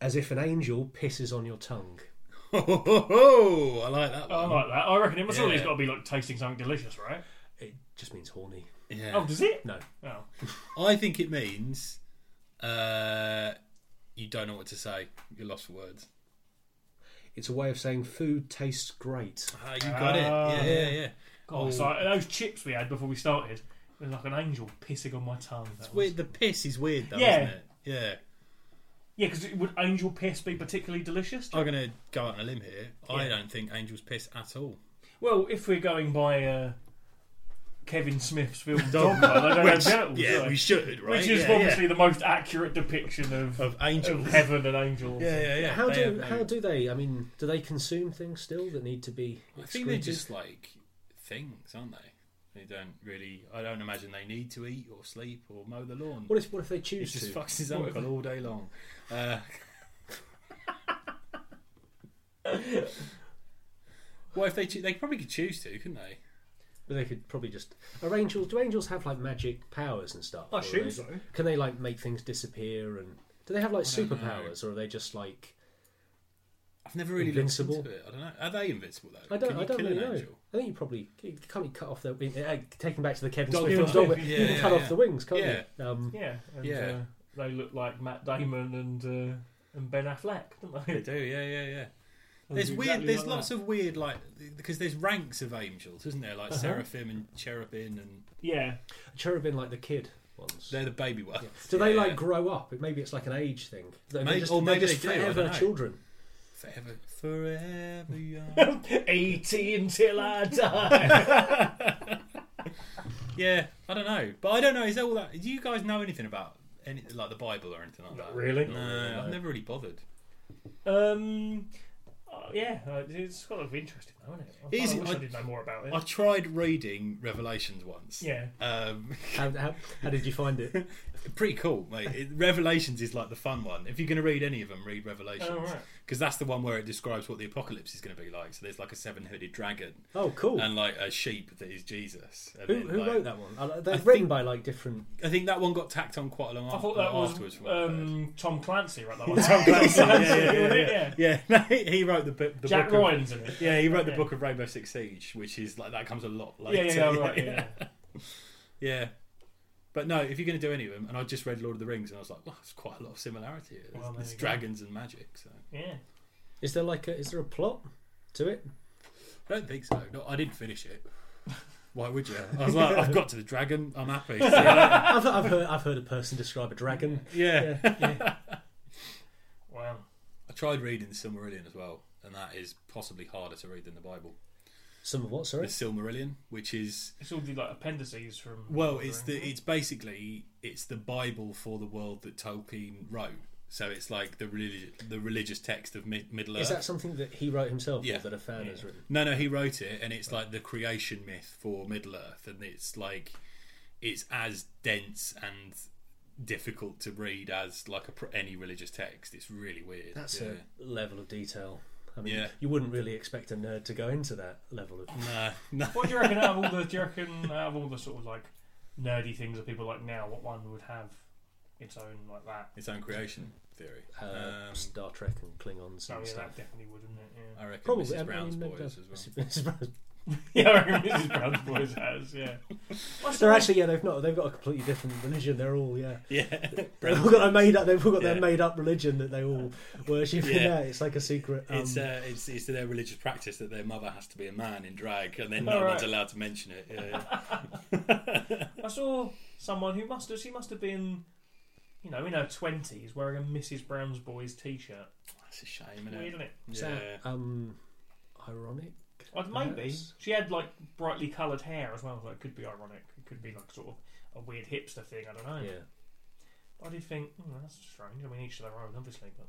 Speaker 1: as if an angel pisses on your tongue.
Speaker 3: Ho, ho, ho, ho. I like that
Speaker 2: I
Speaker 3: one.
Speaker 2: like that. I reckon it must
Speaker 3: Oh. Yeah.
Speaker 2: always got to be like tasting something delicious, right?
Speaker 1: It just means horny.
Speaker 3: Yeah.
Speaker 2: Oh, does it?
Speaker 1: No.
Speaker 2: Oh,
Speaker 3: I think it means uh, you don't know what to say. You're lost for words.
Speaker 1: It's a way of saying food tastes great.
Speaker 3: Ah, you got it. Yeah, yeah, yeah.
Speaker 2: God. So I- those chips we had before we started, there's like an angel pissing on my tongue. That
Speaker 3: It's
Speaker 2: was-
Speaker 3: weird. The piss is weird, though,
Speaker 2: Yeah.
Speaker 3: isn't it? Yeah.
Speaker 2: Yeah, because would angel piss be particularly delicious?
Speaker 3: I'm going to go out on a limb here. I
Speaker 2: Yeah.
Speaker 3: don't think angels piss at all.
Speaker 2: Well, if we're going by uh, Kevin Smith's film Dogma, they don't have genitals, do
Speaker 3: yeah,
Speaker 2: they?
Speaker 3: we should, right?
Speaker 2: which is
Speaker 3: yeah,
Speaker 2: obviously the most accurate depiction of,
Speaker 3: yeah.
Speaker 2: of,
Speaker 3: of angels.
Speaker 2: heaven and angels.
Speaker 3: Yeah, yeah, yeah.
Speaker 1: How
Speaker 3: They
Speaker 1: do
Speaker 3: have
Speaker 1: how
Speaker 3: no-
Speaker 1: do they? I mean, do they consume things still that need to be?
Speaker 3: I think they're
Speaker 1: excreted?
Speaker 3: just like things, aren't they? They don't really. I don't imagine they need to eat or sleep or mow the lawn.
Speaker 1: What if what if they
Speaker 3: He
Speaker 1: choose
Speaker 3: just
Speaker 1: to?
Speaker 3: fucks his uncle all day long. Uh, well, if they choo- they probably could choose to, couldn't they?
Speaker 1: But they could probably just. Are angels? Do angels have like magic powers and stuff?
Speaker 2: I
Speaker 1: Or are
Speaker 2: assume
Speaker 1: they-
Speaker 2: so.
Speaker 1: Can they like make things disappear and? Do they have like superpowers, or are they just like?
Speaker 3: I've never really invincible.
Speaker 1: Invincible.
Speaker 3: looked into it. I don't know. Are they invincible though?
Speaker 1: I don't.
Speaker 3: Can you
Speaker 1: I don't
Speaker 3: kill
Speaker 1: really
Speaker 3: an
Speaker 1: know.
Speaker 3: angel?
Speaker 1: I think you probably you can't you cut off their. Uh, taking back to the Kevin
Speaker 3: Dog-
Speaker 1: Smith
Speaker 3: yeah,
Speaker 1: film, dog-
Speaker 3: yeah,
Speaker 1: you can
Speaker 3: yeah,
Speaker 1: cut
Speaker 3: yeah.
Speaker 1: off the wings, can't
Speaker 3: Yeah.
Speaker 1: you? Um,
Speaker 2: Yeah, and,
Speaker 3: Yeah.
Speaker 2: Uh, they look like Matt Damon and uh, and Ben Affleck, don't
Speaker 3: They
Speaker 2: they?
Speaker 3: do. Yeah, yeah, yeah.
Speaker 2: They
Speaker 3: There's
Speaker 2: look
Speaker 3: weird.
Speaker 2: exactly
Speaker 3: there's
Speaker 2: like
Speaker 3: lots
Speaker 2: that.
Speaker 3: of weird like because there's ranks of angels, isn't there? Like
Speaker 2: Uh-huh.
Speaker 3: seraphim and cherubim, and
Speaker 2: yeah.
Speaker 1: cherubim like the kid ones.
Speaker 3: they're the baby ones.
Speaker 1: Do they
Speaker 3: Yeah,
Speaker 1: like
Speaker 3: yeah.
Speaker 1: grow up? Maybe it's like an age thing. They're
Speaker 3: Maybe-
Speaker 1: just,
Speaker 3: or maybe
Speaker 1: they're just
Speaker 3: they do, I
Speaker 1: forever
Speaker 3: don't know.
Speaker 1: children.
Speaker 3: forever, forever young?
Speaker 2: 80 E until I die.
Speaker 3: yeah, I don't know, but I don't know. Is that all that? Do you guys know anything about any like the Bible or anything like
Speaker 2: Not
Speaker 3: that?
Speaker 2: really.
Speaker 3: No,
Speaker 1: Not really,
Speaker 3: I've
Speaker 1: no.
Speaker 3: never really bothered.
Speaker 2: Um, uh, yeah, uh, it's got of interesting, though, isn't it? I,
Speaker 3: Is
Speaker 2: kinda
Speaker 3: it-
Speaker 2: wish I,
Speaker 3: I-
Speaker 2: did know more about it.
Speaker 3: I tried reading Revelations once.
Speaker 2: yeah,
Speaker 3: Um,
Speaker 1: How, how, how did you find it?
Speaker 3: pretty cool, mate. It, Revelations is like the fun one. If you're going to read any of them, read Revelations.
Speaker 2: Oh, right.
Speaker 3: Because that's the one where it describes what the apocalypse is going to be like. So there's like a seven headed dragon
Speaker 1: Oh, cool.
Speaker 3: and like a sheep that is Jesus. And
Speaker 1: who
Speaker 3: then,
Speaker 1: who
Speaker 3: like-
Speaker 1: wrote that one? Uh, they're
Speaker 3: think-
Speaker 1: written by like different.
Speaker 3: I think that one got tacked on quite a long
Speaker 2: I thought that
Speaker 3: afterwards.
Speaker 2: was
Speaker 3: from what I've heard.
Speaker 2: um, Tom Clancy, right? That one.
Speaker 3: Tom Clancy, yeah, yeah, yeah,
Speaker 2: Yeah.
Speaker 3: yeah. yeah. no, he- he wrote the, bu- the
Speaker 2: Jack
Speaker 3: book. Of,
Speaker 2: Ryan's in it.
Speaker 3: yeah, he wrote the
Speaker 2: Yeah.
Speaker 3: book of Rainbow Six Siege, which is like that comes a lot
Speaker 2: Yeah,
Speaker 3: later.
Speaker 2: yeah, yeah, right, yeah.
Speaker 3: Yeah. But no, if you're going to do any of them, and I just read Lord of the Rings, and I was like, well, there's quite a lot of similarity. here. There's,
Speaker 2: Well, there
Speaker 3: there's
Speaker 2: you go.
Speaker 3: dragons and magic, so
Speaker 2: yeah.
Speaker 1: Is there like a, is there a plot to it?
Speaker 3: I don't think so. No, I didn't finish it. Why would you? I was like, I've got to the dragon. I'm happy. See you later.
Speaker 1: I've, I've heard I've heard a person describe a dragon.
Speaker 3: yeah.
Speaker 2: Wow.
Speaker 3: I tried reading the Silmarillion as well, and that is possibly harder to read than the Bible.
Speaker 1: Some of what? Sorry.
Speaker 3: The Silmarillion, which is
Speaker 2: It's all the like appendices from.
Speaker 3: well, it's the it's basically it's the Bible for the world that Tolkien wrote. So it's like the religious the religious text of mid- Middle
Speaker 1: Is
Speaker 3: Earth.
Speaker 1: that something that he wrote himself
Speaker 3: Yeah.
Speaker 1: or that a fan has written?
Speaker 3: No, no, he wrote it, and it's like the creation myth for Middle Earth, and it's like it's as dense and difficult to read as like a, pr- any religious text. It's really weird.
Speaker 1: That's
Speaker 3: yeah.
Speaker 1: a level of detail. I mean,
Speaker 3: Yeah.
Speaker 1: you wouldn't really expect a nerd to go into that level of.
Speaker 3: no, no.
Speaker 2: What do you reckon out of all the? Do you reckon out of all the sort of like nerdy things that people like now, what one would have its own like that?
Speaker 3: Its own creation theory.
Speaker 1: Uh,
Speaker 3: um,
Speaker 1: Star Trek and Klingons
Speaker 2: Oh
Speaker 1: and
Speaker 2: yeah, that
Speaker 1: stuff.
Speaker 2: definitely would, wouldn't it?
Speaker 3: I reckon
Speaker 1: Probably. I
Speaker 3: Mrs.
Speaker 1: mean,
Speaker 3: Brown's
Speaker 1: maybe
Speaker 3: boys
Speaker 1: that-
Speaker 3: as well.
Speaker 1: Mrs. Brown's-
Speaker 2: Yeah, yeah. I reckon Mrs. Brown's boys has. Yeah. What's
Speaker 1: They're
Speaker 2: the-
Speaker 1: actually yeah they've not they've got a completely different religion. They're all yeah.
Speaker 3: Yeah,
Speaker 1: They've all got a made up. They've all got
Speaker 3: Yeah.
Speaker 1: their made up religion that they all worship.
Speaker 3: Yeah.
Speaker 1: Yeah, it's like a secret. Um,
Speaker 3: it's, uh, it's it's their religious practice that their mother has to be a man in drag, and then
Speaker 2: All
Speaker 3: no
Speaker 2: Oh, right.
Speaker 3: one's allowed to mention it. Yeah, yeah.
Speaker 2: I saw someone who must have she must have been, you know, in her twenties, wearing a Mrs. Brown's boys T-shirt.
Speaker 3: That's a shame, isn't
Speaker 2: Weird,
Speaker 3: it?
Speaker 2: isn't it?
Speaker 1: is
Speaker 3: Yeah.
Speaker 1: that, um, ironic?
Speaker 2: Well, maybe
Speaker 1: Perhaps.
Speaker 2: she had like brightly coloured hair as well. So it could be ironic. It could be like sort of a weird hipster thing. I don't know.
Speaker 1: Yeah.
Speaker 2: I did think "Hmm, that's strange. I mean, each to their own, obviously. But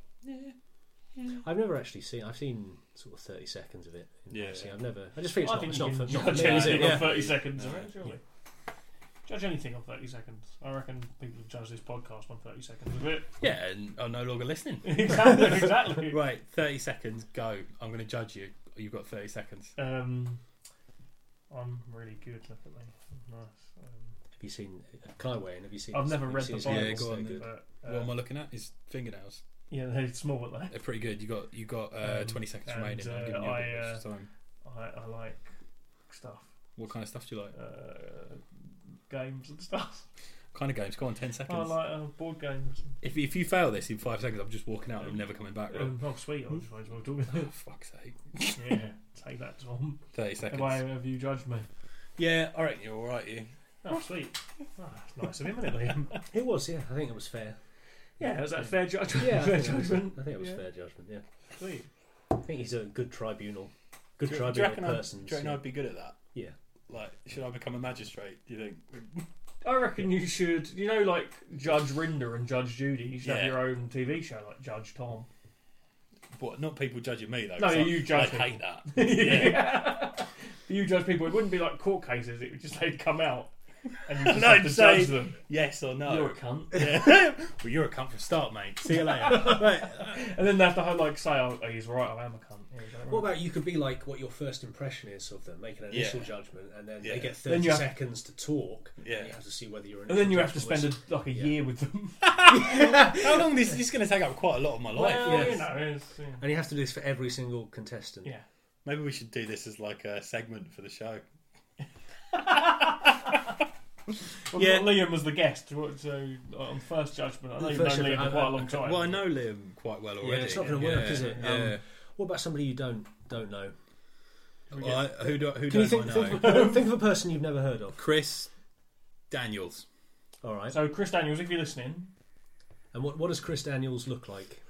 Speaker 1: I've never actually seen. I've seen sort of thirty seconds of it. in
Speaker 3: Yeah.
Speaker 1: passing. I've never. I just think it's
Speaker 2: I
Speaker 1: not.
Speaker 2: think
Speaker 1: It's
Speaker 2: you
Speaker 1: not
Speaker 2: can
Speaker 1: for, not for
Speaker 2: judge
Speaker 1: me, is
Speaker 2: anything
Speaker 1: it?
Speaker 2: on
Speaker 1: Yeah.
Speaker 2: thirty seconds,
Speaker 3: Yeah.
Speaker 2: right? Surely. Judge anything on thirty seconds. I reckon people judge this podcast on thirty seconds of it.
Speaker 3: yeah, and I'm no longer listening.
Speaker 2: exactly. Exactly.
Speaker 3: Right, 30 seconds, go. I'm going to judge you. You've got 30 seconds.
Speaker 2: Um, I'm really good. Look at me. I'm Nice. Um,
Speaker 1: Have you seen? Can I weigh in? Have you seen?
Speaker 2: I've never
Speaker 1: have you
Speaker 2: read
Speaker 1: seen
Speaker 2: the
Speaker 1: some-
Speaker 2: Bible.
Speaker 3: Yeah, go
Speaker 1: so
Speaker 3: on
Speaker 1: good.
Speaker 3: then.
Speaker 2: But, uh,
Speaker 3: what am I looking at? His fingernails.
Speaker 2: yeah, they're small, aren't they?
Speaker 3: They're pretty good. You got you got uh,
Speaker 2: Um,
Speaker 3: 20 seconds
Speaker 2: and,
Speaker 3: remaining. I'm
Speaker 2: uh,
Speaker 3: giving you a bit
Speaker 2: I,
Speaker 3: of extra time.
Speaker 2: I, I like stuff,
Speaker 3: What kind of stuff do you like?
Speaker 2: uh, games and stuff.
Speaker 3: What kind of games? Go on, 10
Speaker 2: I
Speaker 3: seconds.
Speaker 2: like uh, board games.
Speaker 3: if, if you fail this in five seconds, I'm just walking out and I'm never coming back. Rob.
Speaker 2: Um, oh, sweet. I just might as well do it.
Speaker 3: Oh, fuck's sake.
Speaker 2: yeah, take that, Tom.
Speaker 3: 30
Speaker 2: Why
Speaker 3: seconds.
Speaker 2: have you judged me?
Speaker 3: Yeah, I reckon you're all right, you.
Speaker 2: Oh, sweet. Oh, that's nice of him, isn't it, Liam?
Speaker 1: It was. Yeah, I think it was fair.
Speaker 2: Yeah, is that a fair judgment?
Speaker 1: Yeah, I
Speaker 2: fair
Speaker 1: think it was,
Speaker 2: judgment.
Speaker 1: I think it was
Speaker 2: Yeah.
Speaker 1: fair judgment. Yeah,
Speaker 2: Sweet.
Speaker 1: I think he's a good tribunal. Good
Speaker 3: Do you- do you
Speaker 1: tribunal
Speaker 3: reckon I'd-
Speaker 1: person.
Speaker 3: Do you reckon I'd be good at that?
Speaker 1: Yeah.
Speaker 3: Like, should I become a magistrate, do you think?
Speaker 2: I reckon you should, you know, like Judge Rinder and Judge Judy. You should
Speaker 3: Yeah.
Speaker 2: have your own TV show, like Judge Tom.
Speaker 3: What? Not people judging me, though.
Speaker 2: No,
Speaker 3: 'cause I-
Speaker 2: you judge
Speaker 3: I hate that.
Speaker 2: you judge people. It wouldn't be like court cases. It would just they'd come out and you just
Speaker 3: No,
Speaker 2: have to
Speaker 3: just say-
Speaker 2: judge them.
Speaker 3: Yes or no?
Speaker 2: You're a cunt.
Speaker 3: Yeah. well, you're a cunt for a start, mate. See you later. right.
Speaker 2: And then they have to like say, "Oh, he's right. I am a cunt." Yeah, he's right.
Speaker 1: What about you could be like what your first impression is of them, make an initial
Speaker 3: Yeah.
Speaker 1: judgment, and then
Speaker 3: Yeah.
Speaker 1: they get
Speaker 2: Then
Speaker 1: 30
Speaker 2: you have-
Speaker 1: seconds to talk. and
Speaker 3: Yeah.
Speaker 1: you have to see whether you're.
Speaker 2: and then you have to spend a, like a
Speaker 1: Yeah.
Speaker 2: year with them.
Speaker 3: How long this, this is going to take up quite a lot of my life?
Speaker 2: well,
Speaker 1: yes.
Speaker 2: you know, it's, yeah.
Speaker 1: And you have to do this for every single contestant.
Speaker 2: yeah.
Speaker 3: Maybe we should do this as like a segment for the show.
Speaker 2: Well,
Speaker 3: Yeah.
Speaker 2: we've got Liam was the guest, what- so uh, on first judgment, I know
Speaker 1: The
Speaker 2: you've known
Speaker 1: first
Speaker 2: Liam
Speaker 1: judgment,
Speaker 2: for
Speaker 1: I-
Speaker 2: quite a
Speaker 1: I-
Speaker 2: long time.
Speaker 3: Well, I know Liam quite well already.
Speaker 1: it's not gonna work, is it? Um,
Speaker 3: Yeah.
Speaker 1: What about somebody you don't don't know?
Speaker 3: Well, I- who do, who
Speaker 1: Can you
Speaker 3: don't
Speaker 1: think,
Speaker 3: I
Speaker 1: think,
Speaker 3: know?
Speaker 1: of a, think of a person you've never heard of?
Speaker 3: Chris Daniels.
Speaker 1: All right.
Speaker 2: So Chris Daniels, if you're listening,
Speaker 1: And what, what does Chris Daniels look like?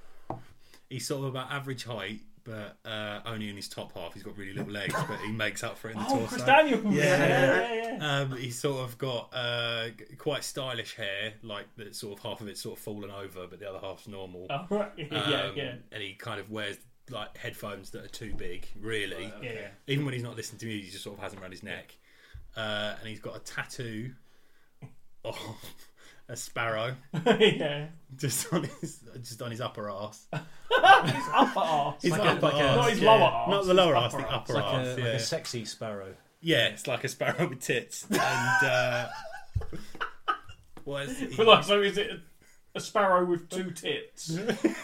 Speaker 3: He's sort of about average height, but uh, only in his top half. He's got really little legs, but he makes up for it in the
Speaker 2: oh,
Speaker 3: torso.
Speaker 2: Chris Daniels, yeah,
Speaker 3: Yeah.
Speaker 2: yeah, yeah.
Speaker 3: Um, he's sort of got uh, g- quite stylish hair, like that sort of half of it's sort of fallen over, but the other half's normal.
Speaker 2: Oh, right. yeah,
Speaker 3: Um,
Speaker 2: yeah.
Speaker 3: And he kind of wears like headphones that are too big, really.
Speaker 2: Yeah, yeah.
Speaker 3: Even when he's not listening to music, he just sort of has them around his neck. Uh, and he's got a tattoo of a sparrow
Speaker 2: yeah.
Speaker 3: just on his just on his upper arse.
Speaker 2: His upper arse.
Speaker 3: His
Speaker 1: like a-
Speaker 3: upper
Speaker 1: like a-
Speaker 3: arse,
Speaker 2: Not his
Speaker 3: yeah.
Speaker 2: lower arse,
Speaker 3: Not the
Speaker 2: his
Speaker 3: lower
Speaker 2: upper
Speaker 3: arse, the
Speaker 2: arse.
Speaker 3: upper
Speaker 1: It's like,
Speaker 3: arse.
Speaker 1: a,
Speaker 3: yeah.
Speaker 1: like a sexy sparrow.
Speaker 3: Yeah, it's like a sparrow with tits. And uh, well, it's-
Speaker 2: But like, so is it a, a sparrow with two tits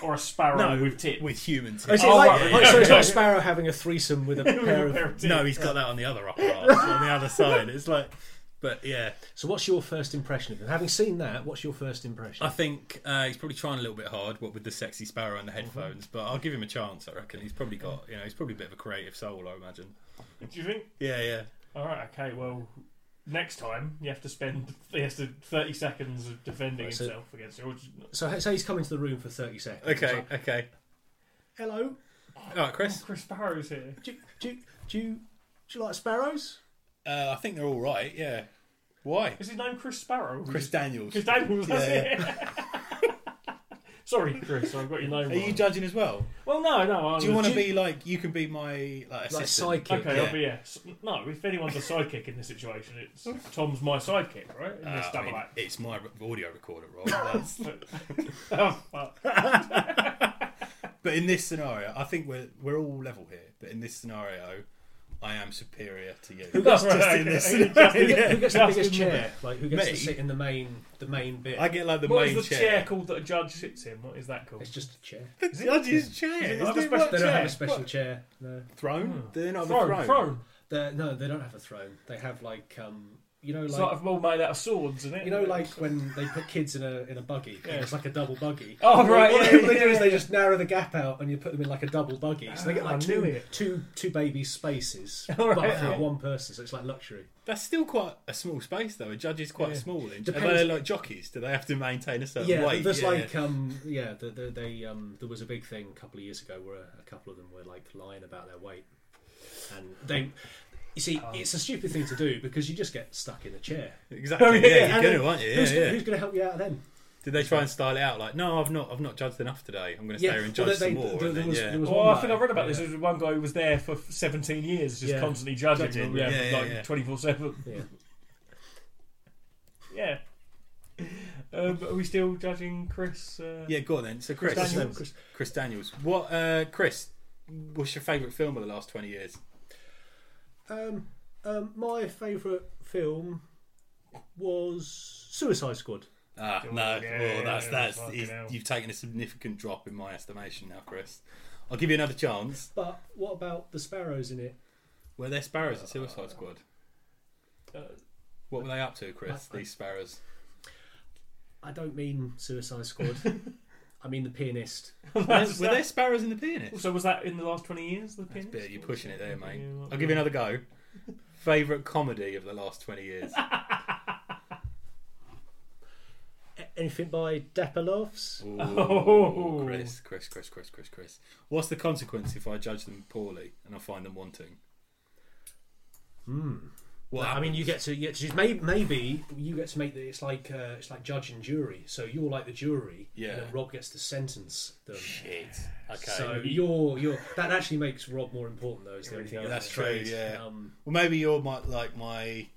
Speaker 2: or a sparrow
Speaker 3: No,
Speaker 2: with tits?
Speaker 3: with human
Speaker 1: Is
Speaker 3: tits.
Speaker 1: it
Speaker 2: Oh,
Speaker 1: like,
Speaker 2: right,
Speaker 1: like,
Speaker 2: yeah,
Speaker 1: so it's
Speaker 2: okay.
Speaker 1: not a sparrow having a threesome with a pair of.
Speaker 3: No, he's got that on the other upper arse, on the other side. It's like, but yeah,
Speaker 1: So what's your first impression of him? Having seen that, what's your first impression?
Speaker 3: I think uh, he's probably trying a little bit hard, what with the sexy sparrow and the headphones. But I'll give him a chance. I reckon he's probably got, you know, he's probably a bit of a creative soul. I imagine.
Speaker 2: Do you think?
Speaker 3: Yeah, yeah.
Speaker 2: All right. Okay. Well, next time you have to spend he has to thirty seconds of defending
Speaker 1: Right, so-
Speaker 2: himself against George.
Speaker 1: So say he's come into the room for thirty seconds.
Speaker 3: Okay, okay.
Speaker 1: Hello.
Speaker 3: All right, Chris.
Speaker 2: Chris Sparrow's here.
Speaker 1: Do you, do you, do you, do you like sparrows?
Speaker 3: Uh, I think they're all right. Yeah. Why?
Speaker 2: Is his name Chris Sparrow?
Speaker 3: Chris Daniels.
Speaker 2: Chris Daniels. That's it. Sorry, Chris. I've got your name
Speaker 3: Are
Speaker 2: wrong.
Speaker 3: you judging as well?
Speaker 2: well, no, no. I
Speaker 3: Do you
Speaker 2: was-
Speaker 3: want to be like you can be my like
Speaker 1: Like
Speaker 3: assistant?
Speaker 1: sidekick.
Speaker 2: Oh, Okay,
Speaker 3: Yeah.
Speaker 2: I'll be yeah. S- No, if anyone's a sidekick in this situation, it's Tom's my sidekick, right? In this
Speaker 3: Uh, I
Speaker 2: double
Speaker 3: mean,
Speaker 2: act.
Speaker 3: it's my r- audio recorder, Rob. That's-
Speaker 2: Oh, fuck.
Speaker 3: but in this scenario, I think we're we're all level here. But in this scenario, I am superior to you.
Speaker 2: gets-
Speaker 3: Just
Speaker 2: Right,
Speaker 3: in
Speaker 2: okay.
Speaker 3: this
Speaker 2: Who gets-
Speaker 3: scenario.
Speaker 2: who
Speaker 1: Who gets the
Speaker 2: Just
Speaker 1: biggest
Speaker 2: in the-
Speaker 1: chair? Like who gets
Speaker 3: Me?
Speaker 1: to sit in the main the main bit?
Speaker 3: I get like the
Speaker 2: What is
Speaker 3: main
Speaker 2: the chair. called that a judge sits in? What is that called?
Speaker 1: It's just a chair.
Speaker 3: The judge's chair.
Speaker 2: it
Speaker 3: Is
Speaker 2: like a
Speaker 3: there
Speaker 2: special-
Speaker 3: what
Speaker 1: They don't have
Speaker 2: Chair.
Speaker 1: a special chair. No.
Speaker 3: Throne? Do they not have
Speaker 2: throne,
Speaker 3: a throne?
Speaker 2: throne.
Speaker 1: They're, no, they don't have a throne. They have like um, you know,
Speaker 2: It's
Speaker 1: like
Speaker 2: like, a ball made out of swords, isn't it?
Speaker 1: you know, like when they put kids in a in a buggy.
Speaker 2: Yeah.
Speaker 1: It's like a double buggy.
Speaker 2: Oh, right,
Speaker 1: What,
Speaker 2: yeah,
Speaker 1: people they
Speaker 2: yeah,
Speaker 1: do is they
Speaker 2: yeah.
Speaker 1: just narrow the gap out and you put them in like a double buggy. So they get
Speaker 2: Ah, I
Speaker 1: like
Speaker 2: knew
Speaker 1: two
Speaker 2: it.
Speaker 1: two two baby spaces,
Speaker 2: All
Speaker 1: but
Speaker 2: right,
Speaker 1: for
Speaker 2: yeah.
Speaker 1: one person. So it's like luxury.
Speaker 3: That's still quite a small space, though. A judge is quite
Speaker 2: Yeah.
Speaker 3: small. And
Speaker 1: Depends-
Speaker 3: Are they like jockeys? Do they have to maintain a certain
Speaker 1: yeah,
Speaker 3: weight?
Speaker 1: there's
Speaker 3: Yeah.
Speaker 1: like um, yeah, the, the, they um, there was a big thing a couple of years ago where a, a couple of them were like lying about their weight, and they, you see,
Speaker 2: Oh.
Speaker 1: it's a stupid thing to do because you just get stuck in a chair.
Speaker 3: exactly.
Speaker 2: Yeah,
Speaker 3: Yeah,
Speaker 2: and
Speaker 3: you're
Speaker 1: then
Speaker 3: gonna, aren't you?
Speaker 1: who's,
Speaker 3: Yeah, yeah.
Speaker 1: who's going to help you out then?
Speaker 3: Did they try and style it out like, no, I've not, I've not judged enough today. I'm going to stay here and
Speaker 1: well,
Speaker 3: judge
Speaker 1: they-
Speaker 3: some
Speaker 1: they-
Speaker 3: more.
Speaker 1: there-
Speaker 3: and
Speaker 1: there
Speaker 3: then,
Speaker 1: was-
Speaker 3: yeah.
Speaker 1: there was
Speaker 2: Oh,
Speaker 1: one
Speaker 2: I think
Speaker 1: guy-
Speaker 2: I've read about this.
Speaker 1: yeah.
Speaker 2: There's one guy who was there for 17 years, just
Speaker 1: Yeah.
Speaker 2: constantly judging,
Speaker 1: Judging
Speaker 2: him,
Speaker 1: him,
Speaker 2: yeah,
Speaker 3: yeah, yeah, yeah.
Speaker 2: like 24 7.
Speaker 1: Yeah.
Speaker 2: Yeah. Um, are we still judging Chris? Uh,
Speaker 3: yeah, go on then. So Chris,
Speaker 2: Chris
Speaker 3: Chris
Speaker 2: Daniels.
Speaker 3: Daniels. What, uh, Chris? What's your favourite film of the last twenty years?
Speaker 1: Um, um, my favourite film was Suicide Squad.
Speaker 3: Ah,
Speaker 2: Yeah,
Speaker 3: no. well, that's
Speaker 2: yeah,
Speaker 3: that's
Speaker 2: fucking
Speaker 3: he's-
Speaker 2: hell.
Speaker 3: you've taken a significant drop in my estimation now, Chris. I'll give you another chance.
Speaker 1: But what about the sparrows in it?
Speaker 3: Were there sparrows in Suicide Squad?
Speaker 2: uh,
Speaker 3: What were they up to, Chris?
Speaker 1: I- I-
Speaker 3: These sparrows.
Speaker 1: I don't mean Suicide Squad. I mean the pianist.
Speaker 3: Were there, were there sparrows in the pianist?
Speaker 2: so was that in the last 20 years? The Pianist?
Speaker 3: Bit, you're pushing it there, mate.
Speaker 2: Yeah,
Speaker 3: I'll give you another go. Favourite comedy of the last twenty years?
Speaker 1: A- anything by Depalovs?
Speaker 3: Ooh,
Speaker 2: Oh.
Speaker 3: Chris, Chris, Chris, Chris, Chris, Chris. What's the consequence if I judge them poorly and I find them wanting? Well,
Speaker 1: I mean, you get to you get to choose. Maybe, maybe you get to make the it's like uh, it's like judge and jury. So you're like the jury,
Speaker 3: Yeah.
Speaker 1: and then Rob gets to sentence them.
Speaker 3: Shit. Okay.
Speaker 1: So you're you're that actually makes Rob more important though. Is the only thing
Speaker 2: Yeah,
Speaker 1: I
Speaker 3: that's
Speaker 1: can
Speaker 3: true,
Speaker 1: say.
Speaker 3: yeah.
Speaker 1: Um,
Speaker 3: well, maybe you're my like my.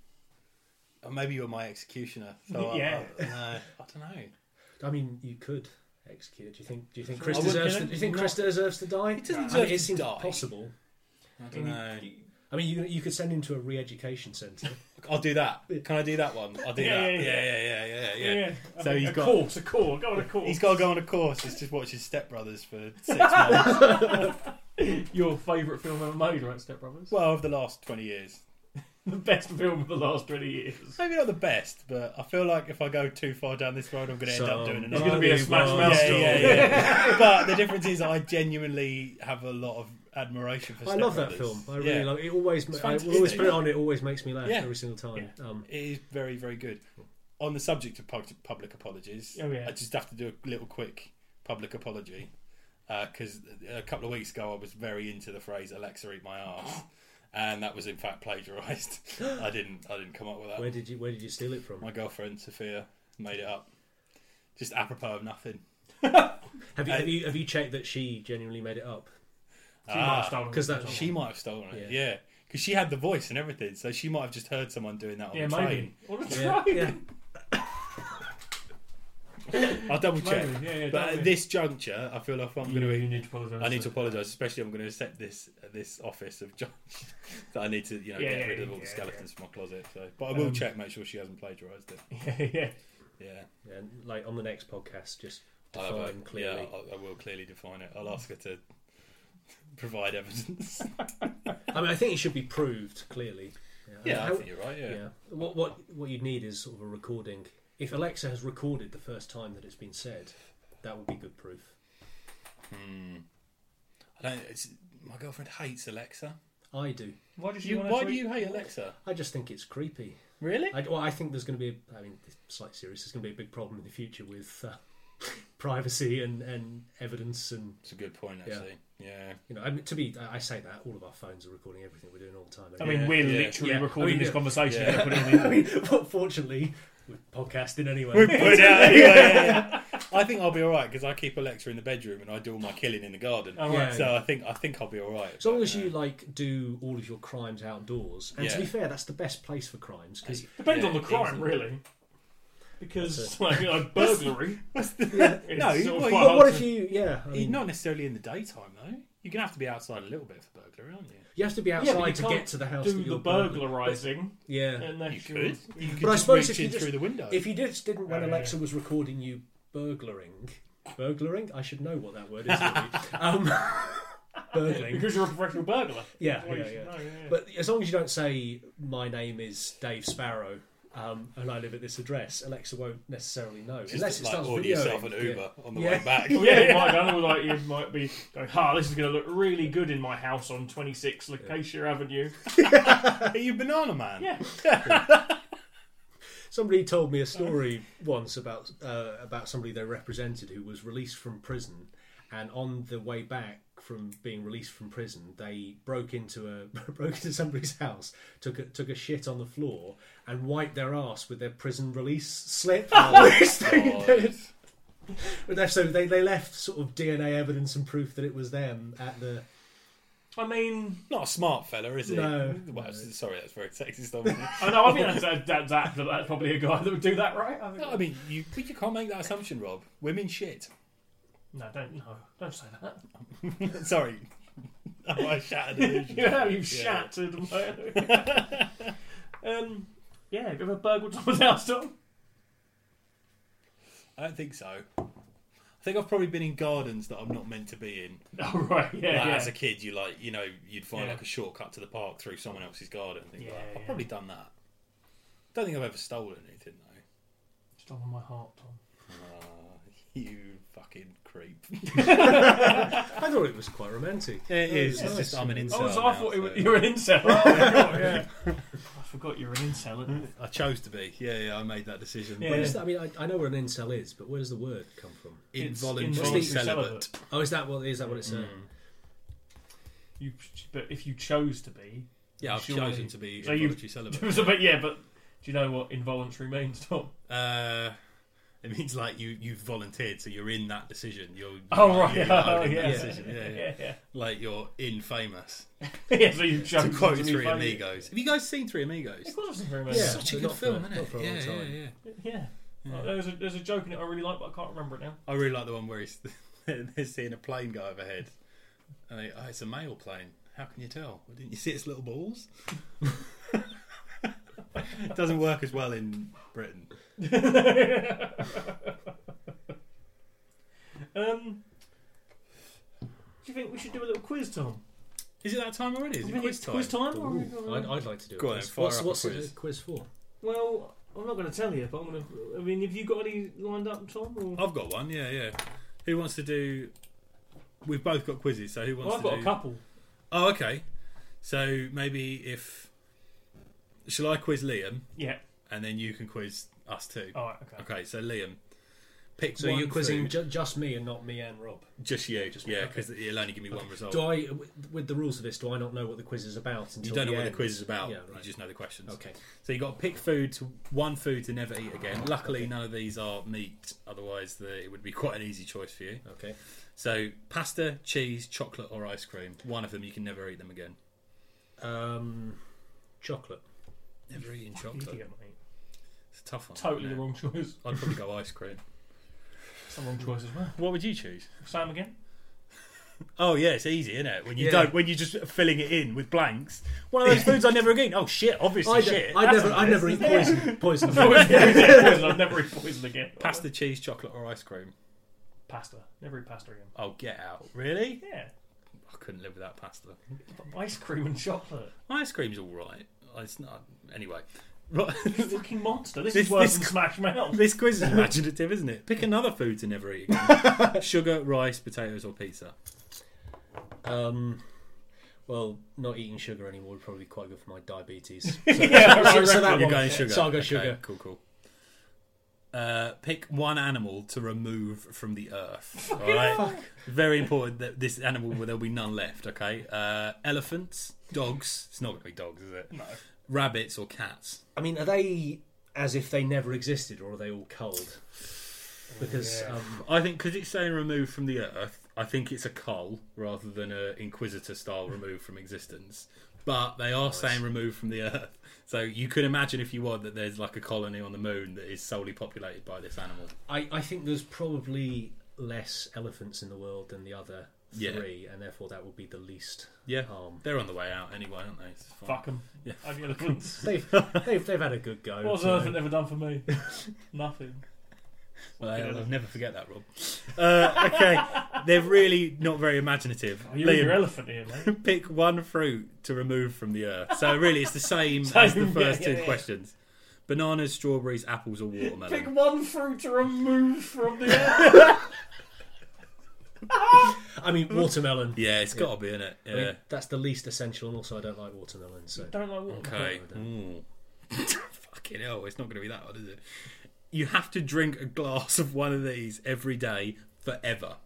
Speaker 3: Or maybe you're my executioner. So I-
Speaker 2: Yeah.
Speaker 3: I, no, I don't know.
Speaker 1: I mean, you could execute. Do you think? Do you think Chris
Speaker 3: I wouldn't
Speaker 2: kill
Speaker 1: deserves? To,
Speaker 2: him.
Speaker 1: do you think
Speaker 2: Not-
Speaker 1: Chris deserves to die?
Speaker 3: He doesn't
Speaker 1: I mean,
Speaker 3: deserve to
Speaker 1: it seems
Speaker 3: die.
Speaker 1: possible.
Speaker 3: I don't know.
Speaker 1: I mean, you you could send him to a re-education centre.
Speaker 3: I'll do that. Can I do that one? I'll do
Speaker 2: Yeah,
Speaker 3: that.
Speaker 2: yeah,
Speaker 3: Yeah,
Speaker 2: yeah.
Speaker 3: yeah, yeah, yeah, yeah.
Speaker 2: I
Speaker 3: So
Speaker 2: think
Speaker 3: he's
Speaker 2: a
Speaker 3: got-
Speaker 2: course, a course. Go on a course.
Speaker 3: He's got to go on a course. He's just watching Step Brothers for six months.
Speaker 2: your favourite film ever made, right, Step Brothers?
Speaker 3: well, over the last twenty years,
Speaker 2: the best film of the last 20 years.
Speaker 3: maybe not the best, but I feel like if I go too far down this road, I'm going to end up doing
Speaker 1: It's
Speaker 3: another.
Speaker 2: It's going to be a
Speaker 1: Nobody
Speaker 2: Smash
Speaker 1: wants
Speaker 2: Mouth
Speaker 3: yeah,
Speaker 2: story.
Speaker 3: yeah, yeah. but the difference is, I genuinely have a lot of admiration for.
Speaker 1: I
Speaker 3: Step
Speaker 1: love that
Speaker 3: Brothers.
Speaker 1: film. I really
Speaker 3: Yeah.
Speaker 1: love it. Always, I
Speaker 3: It's
Speaker 1: will
Speaker 3: fantastic.
Speaker 1: always put it on. It always makes me laugh
Speaker 3: Yeah.
Speaker 1: every single time. Um,
Speaker 3: It is very, very good. On the subject of pub- public apologies,
Speaker 2: Oh, yeah.
Speaker 3: I just have to do a little quick public apology because a couple of weeks ago I was very into the phrase "Alexa, eat my ass," and that was in fact plagiarised. I didn't. I didn't come up with that.
Speaker 1: where did you Where did you steal it from?
Speaker 3: My girlfriend Sophia made it up, just apropos of nothing.
Speaker 1: Have you, have you Have you checked that she genuinely made it up?
Speaker 2: She might have
Speaker 3: Ah,
Speaker 2: stolen
Speaker 1: 'cause
Speaker 2: it
Speaker 1: that-
Speaker 2: from
Speaker 3: She
Speaker 2: someone.
Speaker 3: might have stolen it, yeah. Because she had the voice and everything, so she might have just heard someone doing that on
Speaker 2: Yeah,
Speaker 3: the
Speaker 2: maybe.
Speaker 3: train.
Speaker 2: On a
Speaker 1: Yeah,
Speaker 2: train.
Speaker 1: yeah.
Speaker 3: I'll double check.
Speaker 2: Maybe, yeah, yeah,
Speaker 3: but
Speaker 2: double
Speaker 3: at
Speaker 2: check.
Speaker 3: this juncture, I feel like I'm
Speaker 2: You,
Speaker 3: going to
Speaker 2: you need to apologise.
Speaker 3: I need to apologise, especially I'm going to accept this this office of John that I need to you know
Speaker 2: Yeah,
Speaker 3: get
Speaker 2: yeah,
Speaker 3: rid of all
Speaker 2: yeah,
Speaker 3: the skeletons from my closet. So, but I will
Speaker 2: Um,
Speaker 3: check, make sure she hasn't plagiarised it.
Speaker 2: Yeah, yeah.
Speaker 3: Yeah,
Speaker 1: yeah. and, Like on the next podcast, just
Speaker 3: I'll have
Speaker 1: define
Speaker 3: a-
Speaker 1: clearly.
Speaker 3: Yeah, I, I will clearly define it. I'll ask her to provide evidence.
Speaker 1: I mean, I think it should be proved clearly.
Speaker 3: yeah, I
Speaker 1: How-
Speaker 3: think you're right. Yeah,
Speaker 1: yeah. What what what you'd need is sort of a recording. If Alexa has recorded the first time that it's been said, that would be good proof.
Speaker 3: Hmm. I don't. It's, my girlfriend hates Alexa.
Speaker 1: I do.
Speaker 2: Why did she
Speaker 3: You,
Speaker 2: want
Speaker 3: why
Speaker 2: to
Speaker 3: do you hate Alexa?
Speaker 1: I just think it's creepy.
Speaker 3: Really?
Speaker 1: I, well, I think there's going to be, a, I mean, this is slightly serious. There's going to be a big problem in the future with uh, privacy and, and evidence and
Speaker 3: It's a good point,
Speaker 1: Yeah.
Speaker 3: actually. Yeah.
Speaker 1: you know. I mean, to be, I I say that all of our phones are recording everything we're doing all the time.
Speaker 2: I mean, we're
Speaker 3: Yeah.
Speaker 2: literally
Speaker 1: Yeah.
Speaker 2: recording
Speaker 1: I mean,
Speaker 2: this
Speaker 1: yeah.
Speaker 2: conversation.
Speaker 3: Yeah.
Speaker 2: and putting it on the
Speaker 1: I
Speaker 2: internet.
Speaker 1: mean, but fortunately, we're podcasting anyway.
Speaker 3: We put it out anyway. yeah, yeah. I think I'll be all right because I keep Alexa in the bedroom and I do all my killing in the garden.
Speaker 2: Oh,
Speaker 1: Yeah.
Speaker 2: right.
Speaker 3: So I think I think I'll be all right.
Speaker 1: As long
Speaker 3: but,
Speaker 1: as
Speaker 3: uh,
Speaker 1: you like do all of your crimes outdoors, and
Speaker 3: Yeah.
Speaker 1: to be fair, that's the best place for crimes because
Speaker 2: Depends
Speaker 3: Yeah,
Speaker 2: on the
Speaker 3: it
Speaker 2: crime,
Speaker 3: is.
Speaker 2: really. Because, like, you know, burglary. is
Speaker 3: No,
Speaker 2: sort of
Speaker 3: well,
Speaker 2: quite
Speaker 3: you-
Speaker 2: hard
Speaker 1: But what
Speaker 2: to-
Speaker 1: if you? Yeah, I
Speaker 3: You're
Speaker 1: mean,
Speaker 3: not necessarily in the daytime though. You're gonna have to be outside a little bit for burglary, aren't you?
Speaker 1: you have to be
Speaker 2: but you
Speaker 1: outside to
Speaker 2: can't
Speaker 1: get to the house.
Speaker 2: do
Speaker 1: that
Speaker 2: the
Speaker 1: you're
Speaker 2: burglarising?
Speaker 1: Yeah.
Speaker 2: unless
Speaker 3: You
Speaker 2: you're-
Speaker 3: could. You could
Speaker 1: But I
Speaker 3: just
Speaker 1: suppose
Speaker 3: reach
Speaker 1: if you
Speaker 3: in
Speaker 1: just-
Speaker 3: through the window.
Speaker 1: If you just didn't, when
Speaker 2: Oh, yeah.
Speaker 1: Alexa was recording you burglaring, burglaring, I should know what that word is. really. um, burgling.
Speaker 2: Because you're a professional burglar.
Speaker 1: Yeah,
Speaker 2: That's
Speaker 1: yeah,
Speaker 2: what you
Speaker 1: yeah.
Speaker 2: should know, yeah, yeah.
Speaker 1: But as long as you don't say my name is Dave Sparrow. Um, and I live at this address. Alexa won't necessarily know
Speaker 3: Just,
Speaker 1: unless it
Speaker 3: like,
Speaker 1: starts
Speaker 3: order
Speaker 1: videoing.
Speaker 3: yourself an
Speaker 1: Yeah.
Speaker 3: Uber on the
Speaker 1: Yeah.
Speaker 3: way back.
Speaker 2: Well, Oh, yeah, it might, I know, like, you might be going, ha, this is going to look really good in my house on 26 Lacasia Avenue.
Speaker 3: Are you banana man?
Speaker 2: Yeah.
Speaker 1: Somebody told me a story once about uh, about somebody they represented who was released from prison, and on the way back from being released from prison, they broke into a broke into somebody's house, took a, took a shit on the floor, and wiped their ass with their prison release slip. Which they did. But they- so they, they left sort of DNA evidence and proof that it was them at the.
Speaker 2: I mean,
Speaker 3: Not a smart fella, is he?
Speaker 1: No.
Speaker 3: Well,
Speaker 1: No.
Speaker 3: Sorry, that's very sexist of me.
Speaker 2: I know, I think that's, that, that, that, that's probably a guy that would do that, right? I think,
Speaker 3: no, I mean, you but you can't make that assumption, Rob. Women shit.
Speaker 2: no, don't, no, don't say that.
Speaker 3: Sorry. Oh, I shattered illusion.
Speaker 2: Yeah, you've
Speaker 3: Yeah.
Speaker 2: shattered my. um, yeah, have you ever burgled someone's house, Tom?
Speaker 3: I don't think so. I think I've probably been in gardens that I'm not meant to be in.
Speaker 2: Oh, right, yeah,
Speaker 3: Like,
Speaker 2: yeah.
Speaker 3: As a kid, you like, you know, you'd find
Speaker 2: Yeah.
Speaker 3: like a shortcut to the park through someone else's garden. and Things like
Speaker 2: Yeah,
Speaker 3: that. I've
Speaker 2: yeah.
Speaker 3: probably done that. Don't think I've ever stolen anything though.
Speaker 2: Stolen my heart, Tom.
Speaker 3: Ah, you fucking creep.
Speaker 1: I thought it was quite romantic.
Speaker 3: It is.
Speaker 1: Nice.
Speaker 3: It's just I'm an incel.
Speaker 2: Oh, so I
Speaker 3: now,
Speaker 2: thought it
Speaker 3: so-
Speaker 2: was, you were an incel. Oh, my God, yeah. I forgot you were an incel. didn't
Speaker 3: I chose to be. Yeah, yeah. I made that decision.
Speaker 2: Yeah.
Speaker 1: Where does that- I mean, I, I know where an incel is, but where does the word come from?
Speaker 2: It's
Speaker 3: Involuntary
Speaker 2: involuntary
Speaker 3: celibate.
Speaker 1: Oh, is that what is that what it's? Uh,
Speaker 3: Mm.
Speaker 2: You, but if you chose to be,
Speaker 3: Yeah, I've
Speaker 2: Surely.
Speaker 3: chosen to be
Speaker 2: So you-
Speaker 3: involuntary celibate.
Speaker 2: So, but yeah, but do you know what involuntary means, Tom?
Speaker 3: Uh, it means like you you've volunteered, so you're in that decision. You're
Speaker 2: Oh, right.
Speaker 3: you're
Speaker 2: Oh,
Speaker 3: in that
Speaker 2: yeah.
Speaker 3: decision. Yeah, yeah.
Speaker 2: Yeah, yeah.
Speaker 3: like you're in famous.
Speaker 2: yeah so you've
Speaker 3: To
Speaker 2: chosen
Speaker 3: quote
Speaker 2: be
Speaker 3: Three
Speaker 2: famous.
Speaker 3: Amigos. Have you guys seen Three Amigos?
Speaker 2: Of course, I've seen Three
Speaker 1: Yeah.
Speaker 2: Amigos.
Speaker 3: Such a
Speaker 1: but
Speaker 3: good
Speaker 1: not for-
Speaker 3: film, isn't
Speaker 1: not
Speaker 3: it?
Speaker 1: for a long
Speaker 3: yeah, yeah,
Speaker 1: time.
Speaker 3: yeah.
Speaker 2: Yeah. Like, there's a there's a joke in it I really like, but I can't remember it now.
Speaker 3: I really like the one where he's they're seeing a plane go overhead, and they, oh, it's a male plane. How can you tell? Well, didn't you see its little balls? it doesn't work as well in Britain.
Speaker 2: Um, do you think we should do a little quiz, Tom?
Speaker 3: Is it that time already? Is
Speaker 2: Do
Speaker 3: it
Speaker 2: you think
Speaker 3: quiz
Speaker 2: it's
Speaker 3: time?
Speaker 2: Quiz time. or-
Speaker 1: Ooh, I'd, I'd like to do
Speaker 3: Go
Speaker 1: a
Speaker 3: on
Speaker 1: quiz.
Speaker 3: then, fire
Speaker 1: what's
Speaker 3: up a
Speaker 1: what's
Speaker 3: quiz.
Speaker 1: it a quiz for?
Speaker 2: Well, I'm not going to tell you, but I'm going to. I mean, have you got any lined up, Tom? Or?
Speaker 3: I've got one. Yeah, yeah. Who wants to do? We've both got quizzes, so who wants
Speaker 2: Well, I've
Speaker 3: to
Speaker 2: got
Speaker 3: do?
Speaker 2: a couple.
Speaker 3: Oh, okay. So maybe if shall I quiz Liam
Speaker 2: Yeah.
Speaker 3: and then you can quiz us too.
Speaker 2: Oh. All right. Okay.
Speaker 3: Okay, so Liam, Pick
Speaker 1: So
Speaker 3: one
Speaker 1: you're quizzing
Speaker 3: food.
Speaker 1: ju- just me and not me and Rob.
Speaker 3: just you,
Speaker 1: Just me,
Speaker 3: yeah,
Speaker 1: okay.
Speaker 3: because it'll only give me one result.
Speaker 1: Do I, w- with the rules of this, do I not know what the quiz is about? Until
Speaker 3: you don't know
Speaker 1: the
Speaker 3: what the
Speaker 1: end?
Speaker 3: quiz is about.
Speaker 1: Yeah, right.
Speaker 3: You just know the questions.
Speaker 1: Okay.
Speaker 3: So you got to pick food to one food to never eat again. Luckily, none of these are meat. Otherwise, the, it would be quite an easy choice for you.
Speaker 1: Okay.
Speaker 3: So pasta, cheese, chocolate, or ice cream. One of them you can never eat them again.
Speaker 1: Um, chocolate.
Speaker 3: Never eating chocolate.
Speaker 2: Idiot, mate.
Speaker 3: It's a tough one.
Speaker 2: Totally
Speaker 3: isn't
Speaker 2: the
Speaker 3: it?
Speaker 2: wrong choice.
Speaker 3: I'd probably go ice cream.
Speaker 2: It's the wrong choice as well.
Speaker 3: What would you choose?
Speaker 2: Sam again?
Speaker 3: Oh yeah, it's easy, isn't it? When you
Speaker 1: Yeah.
Speaker 3: don't, when you're just filling it in with blanks. One of those foods I never again. Oh shit! Obviously,
Speaker 1: I,
Speaker 3: shit.
Speaker 1: I
Speaker 3: That's
Speaker 1: never,
Speaker 3: on
Speaker 1: I
Speaker 3: the
Speaker 1: never
Speaker 3: list.
Speaker 1: eat poison. Poison.
Speaker 2: poison. I've never eat poison again.
Speaker 3: pasta, cheese, chocolate, or ice cream.
Speaker 2: Pasta. Never eat pasta again.
Speaker 3: Oh, get out! Really?
Speaker 2: Yeah.
Speaker 3: I couldn't live without pasta.
Speaker 2: Ice cream and chocolate.
Speaker 3: Ice cream's all right. It's not anyway. Right.
Speaker 2: You fucking monster. This,
Speaker 3: This-
Speaker 2: is worse
Speaker 3: this-
Speaker 2: than Smash Mouth.
Speaker 3: this quiz is imaginative, isn't it? Pick another food to never eat again: sugar, rice, potatoes, or pizza.
Speaker 1: Um, well, not eating sugar anymore would probably be quite good for my diabetes.
Speaker 2: yeah,
Speaker 1: so-
Speaker 2: I
Speaker 1: so
Speaker 2: reckon.
Speaker 1: that
Speaker 3: You're
Speaker 1: one.
Speaker 3: going sugar.
Speaker 1: So I'll go
Speaker 3: Okay,
Speaker 1: sugar.
Speaker 3: Cool, cool. Uh, pick one animal to remove from the earth. All right. Very important that this animal there'll be none left. Okay. Uh, elephants, dogs. It's not going to be dogs, is it?
Speaker 2: No.
Speaker 3: Rabbits or cats.
Speaker 1: I mean, are they as if they never existed, or are they all cold? Because
Speaker 2: Yeah.
Speaker 1: um,
Speaker 3: I think because it's saying remove from the earth, I think it's a cull rather than a inquisitor style remove from existence. But they are saying remove from the earth, so you could imagine if you want that there's like a colony on the moon that is solely populated by this animal.
Speaker 1: I, I think there's probably less elephants in the world than the other
Speaker 3: Yeah.
Speaker 1: three, and therefore that would be the least
Speaker 3: Yeah,
Speaker 1: harm.
Speaker 3: they're on the way out anyway, aren't they? It's fine.
Speaker 2: Fuck them.
Speaker 3: Yeah.
Speaker 2: Have you elephants?
Speaker 1: They've, they've they've had a good go.
Speaker 2: What's
Speaker 1: so-
Speaker 2: an elephant ever done for me? Nothing.
Speaker 3: Well, I'll, I'll never forget that, Rob. Uh, okay, they're really not very imaginative.
Speaker 2: Are you and your
Speaker 3: Liam,
Speaker 2: elephant here, mate?
Speaker 3: pick one fruit to remove from the earth. So really, it's the same, as the
Speaker 2: Same,
Speaker 3: first
Speaker 2: yeah,
Speaker 3: two
Speaker 2: yeah, yeah.
Speaker 3: questions: bananas, strawberries, apples, or watermelon.
Speaker 2: Pick one fruit to remove from the earth.
Speaker 1: I mean, watermelon.
Speaker 3: Yeah, it's got to be in it. Yeah.
Speaker 1: I mean, that's the least essential, and also I don't like watermelon. So
Speaker 2: Don't like water.
Speaker 3: okay. Ooh. Fucking hell, it's not going to be that hard, is it? You have to drink a glass of one of these every day forever.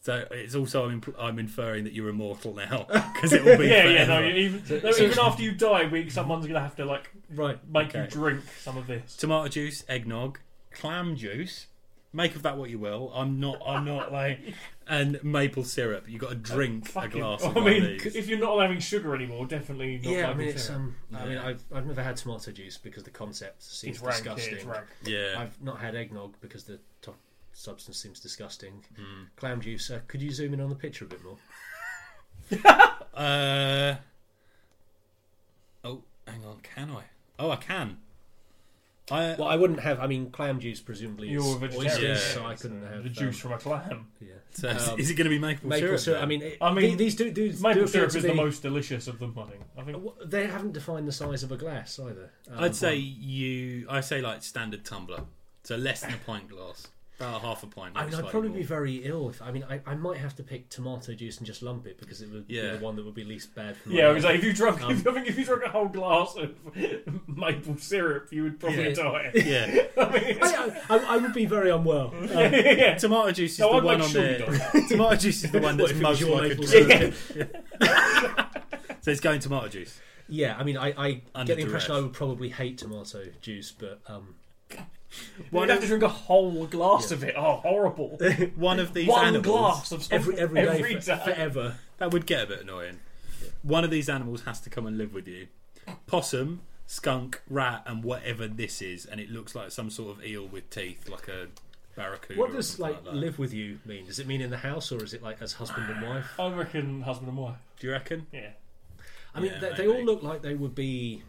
Speaker 3: So it's also I'm, impl- I'm inferring that you're immortal now because it will be
Speaker 2: Yeah,
Speaker 3: forever.
Speaker 2: yeah, no, even, no,
Speaker 1: so-
Speaker 2: even after you die, we, someone's going to have to, like,
Speaker 1: right,
Speaker 2: make you
Speaker 3: Okay.
Speaker 2: drink some of this.
Speaker 3: Tomato juice, eggnog, clam juice. Make of that what you will. I'm not. I'm not like. And maple syrup. You got to drink a
Speaker 2: Fucking-
Speaker 3: glass. Of
Speaker 2: I
Speaker 3: one
Speaker 2: mean,
Speaker 3: of these.
Speaker 2: if you're not allowing sugar anymore, definitely not
Speaker 1: yeah, I
Speaker 2: allowing
Speaker 1: mean, it's,
Speaker 2: syrup.
Speaker 1: um, I mean,
Speaker 3: Yeah.
Speaker 1: I've, I've never had tomato juice because the concept seems
Speaker 2: It's rank, yeah,
Speaker 1: disgusting.
Speaker 2: it's rank.
Speaker 3: yeah.
Speaker 1: I've not had eggnog because the top substance seems disgusting.
Speaker 3: Hmm.
Speaker 1: Clam juice. Uh, could you zoom in on the picture a bit more?
Speaker 3: Uh, oh, hang on. Can I? Oh, I can. I
Speaker 1: Well, I wouldn't have. I mean, clam juice presumably is
Speaker 2: You're a
Speaker 1: oysters,
Speaker 2: vegetarian,
Speaker 3: Yeah.
Speaker 1: so I couldn't
Speaker 2: so
Speaker 1: have
Speaker 2: the
Speaker 1: um,
Speaker 2: juice from a clam.
Speaker 1: yeah.
Speaker 3: so is-
Speaker 1: um,
Speaker 3: is it going to be maple,
Speaker 1: Maple syrup.
Speaker 3: syrup?
Speaker 1: I
Speaker 3: then?
Speaker 1: mean, it,
Speaker 2: I mean,
Speaker 1: the- these two dudes.
Speaker 2: Maple syrup is the most delicious of them, I think. I think
Speaker 1: They haven't defined the size of a glass either. Um,
Speaker 3: I'd say you. I say like standard tumbler, so less than a pint glass, about half a pint.
Speaker 1: I mean,
Speaker 3: maybe
Speaker 1: I'd
Speaker 3: slightly
Speaker 1: probably
Speaker 3: more.
Speaker 1: be very ill. If, I mean, I, I might have to pick tomato juice and just lump it because it would
Speaker 3: Yeah.
Speaker 1: be the one that would be least bad for me.
Speaker 2: Yeah, I was like, if you drunk,
Speaker 1: Um,
Speaker 2: if, I think if you drunk a whole glass of maple syrup, you would probably
Speaker 1: Yeah.
Speaker 2: die.
Speaker 3: Yeah,
Speaker 1: I, I, I would be very unwell. Um,
Speaker 2: yeah.
Speaker 3: tomato juice is
Speaker 2: No,
Speaker 3: the
Speaker 2: I'd
Speaker 3: one
Speaker 2: make
Speaker 3: on
Speaker 2: sure
Speaker 3: there.
Speaker 2: you die.
Speaker 3: tomato juice is the one
Speaker 1: What
Speaker 3: that's
Speaker 1: if it was
Speaker 3: most
Speaker 1: your
Speaker 3: like a
Speaker 1: maple
Speaker 3: drink.
Speaker 1: syrup?
Speaker 3: So it's going tomato juice.
Speaker 1: Yeah, I mean, I, I
Speaker 3: Under
Speaker 1: get the impression
Speaker 3: duress.
Speaker 1: I would probably hate tomato juice, but um,
Speaker 2: You'd have to drink a whole glass of it. Oh, horrible!
Speaker 3: One of these
Speaker 2: One
Speaker 3: animals.
Speaker 2: glass of something
Speaker 1: every every day,
Speaker 2: every
Speaker 1: for-
Speaker 2: day.
Speaker 1: forever.
Speaker 3: That would get a bit annoying. One of these animals has to come and live with you. Possum, skunk, rat, and whatever this is, and it looks like some sort of eel with teeth, like a barracuda.
Speaker 1: What
Speaker 3: or
Speaker 1: does
Speaker 3: something
Speaker 1: like
Speaker 3: that.
Speaker 1: live with you mean? Does it mean in the house or is it like as husband and wife?
Speaker 2: I reckon husband and wife.
Speaker 3: Do you reckon?
Speaker 2: Yeah,
Speaker 1: I mean,
Speaker 3: Yeah,
Speaker 1: they, they all
Speaker 3: maybe.
Speaker 1: look like they would be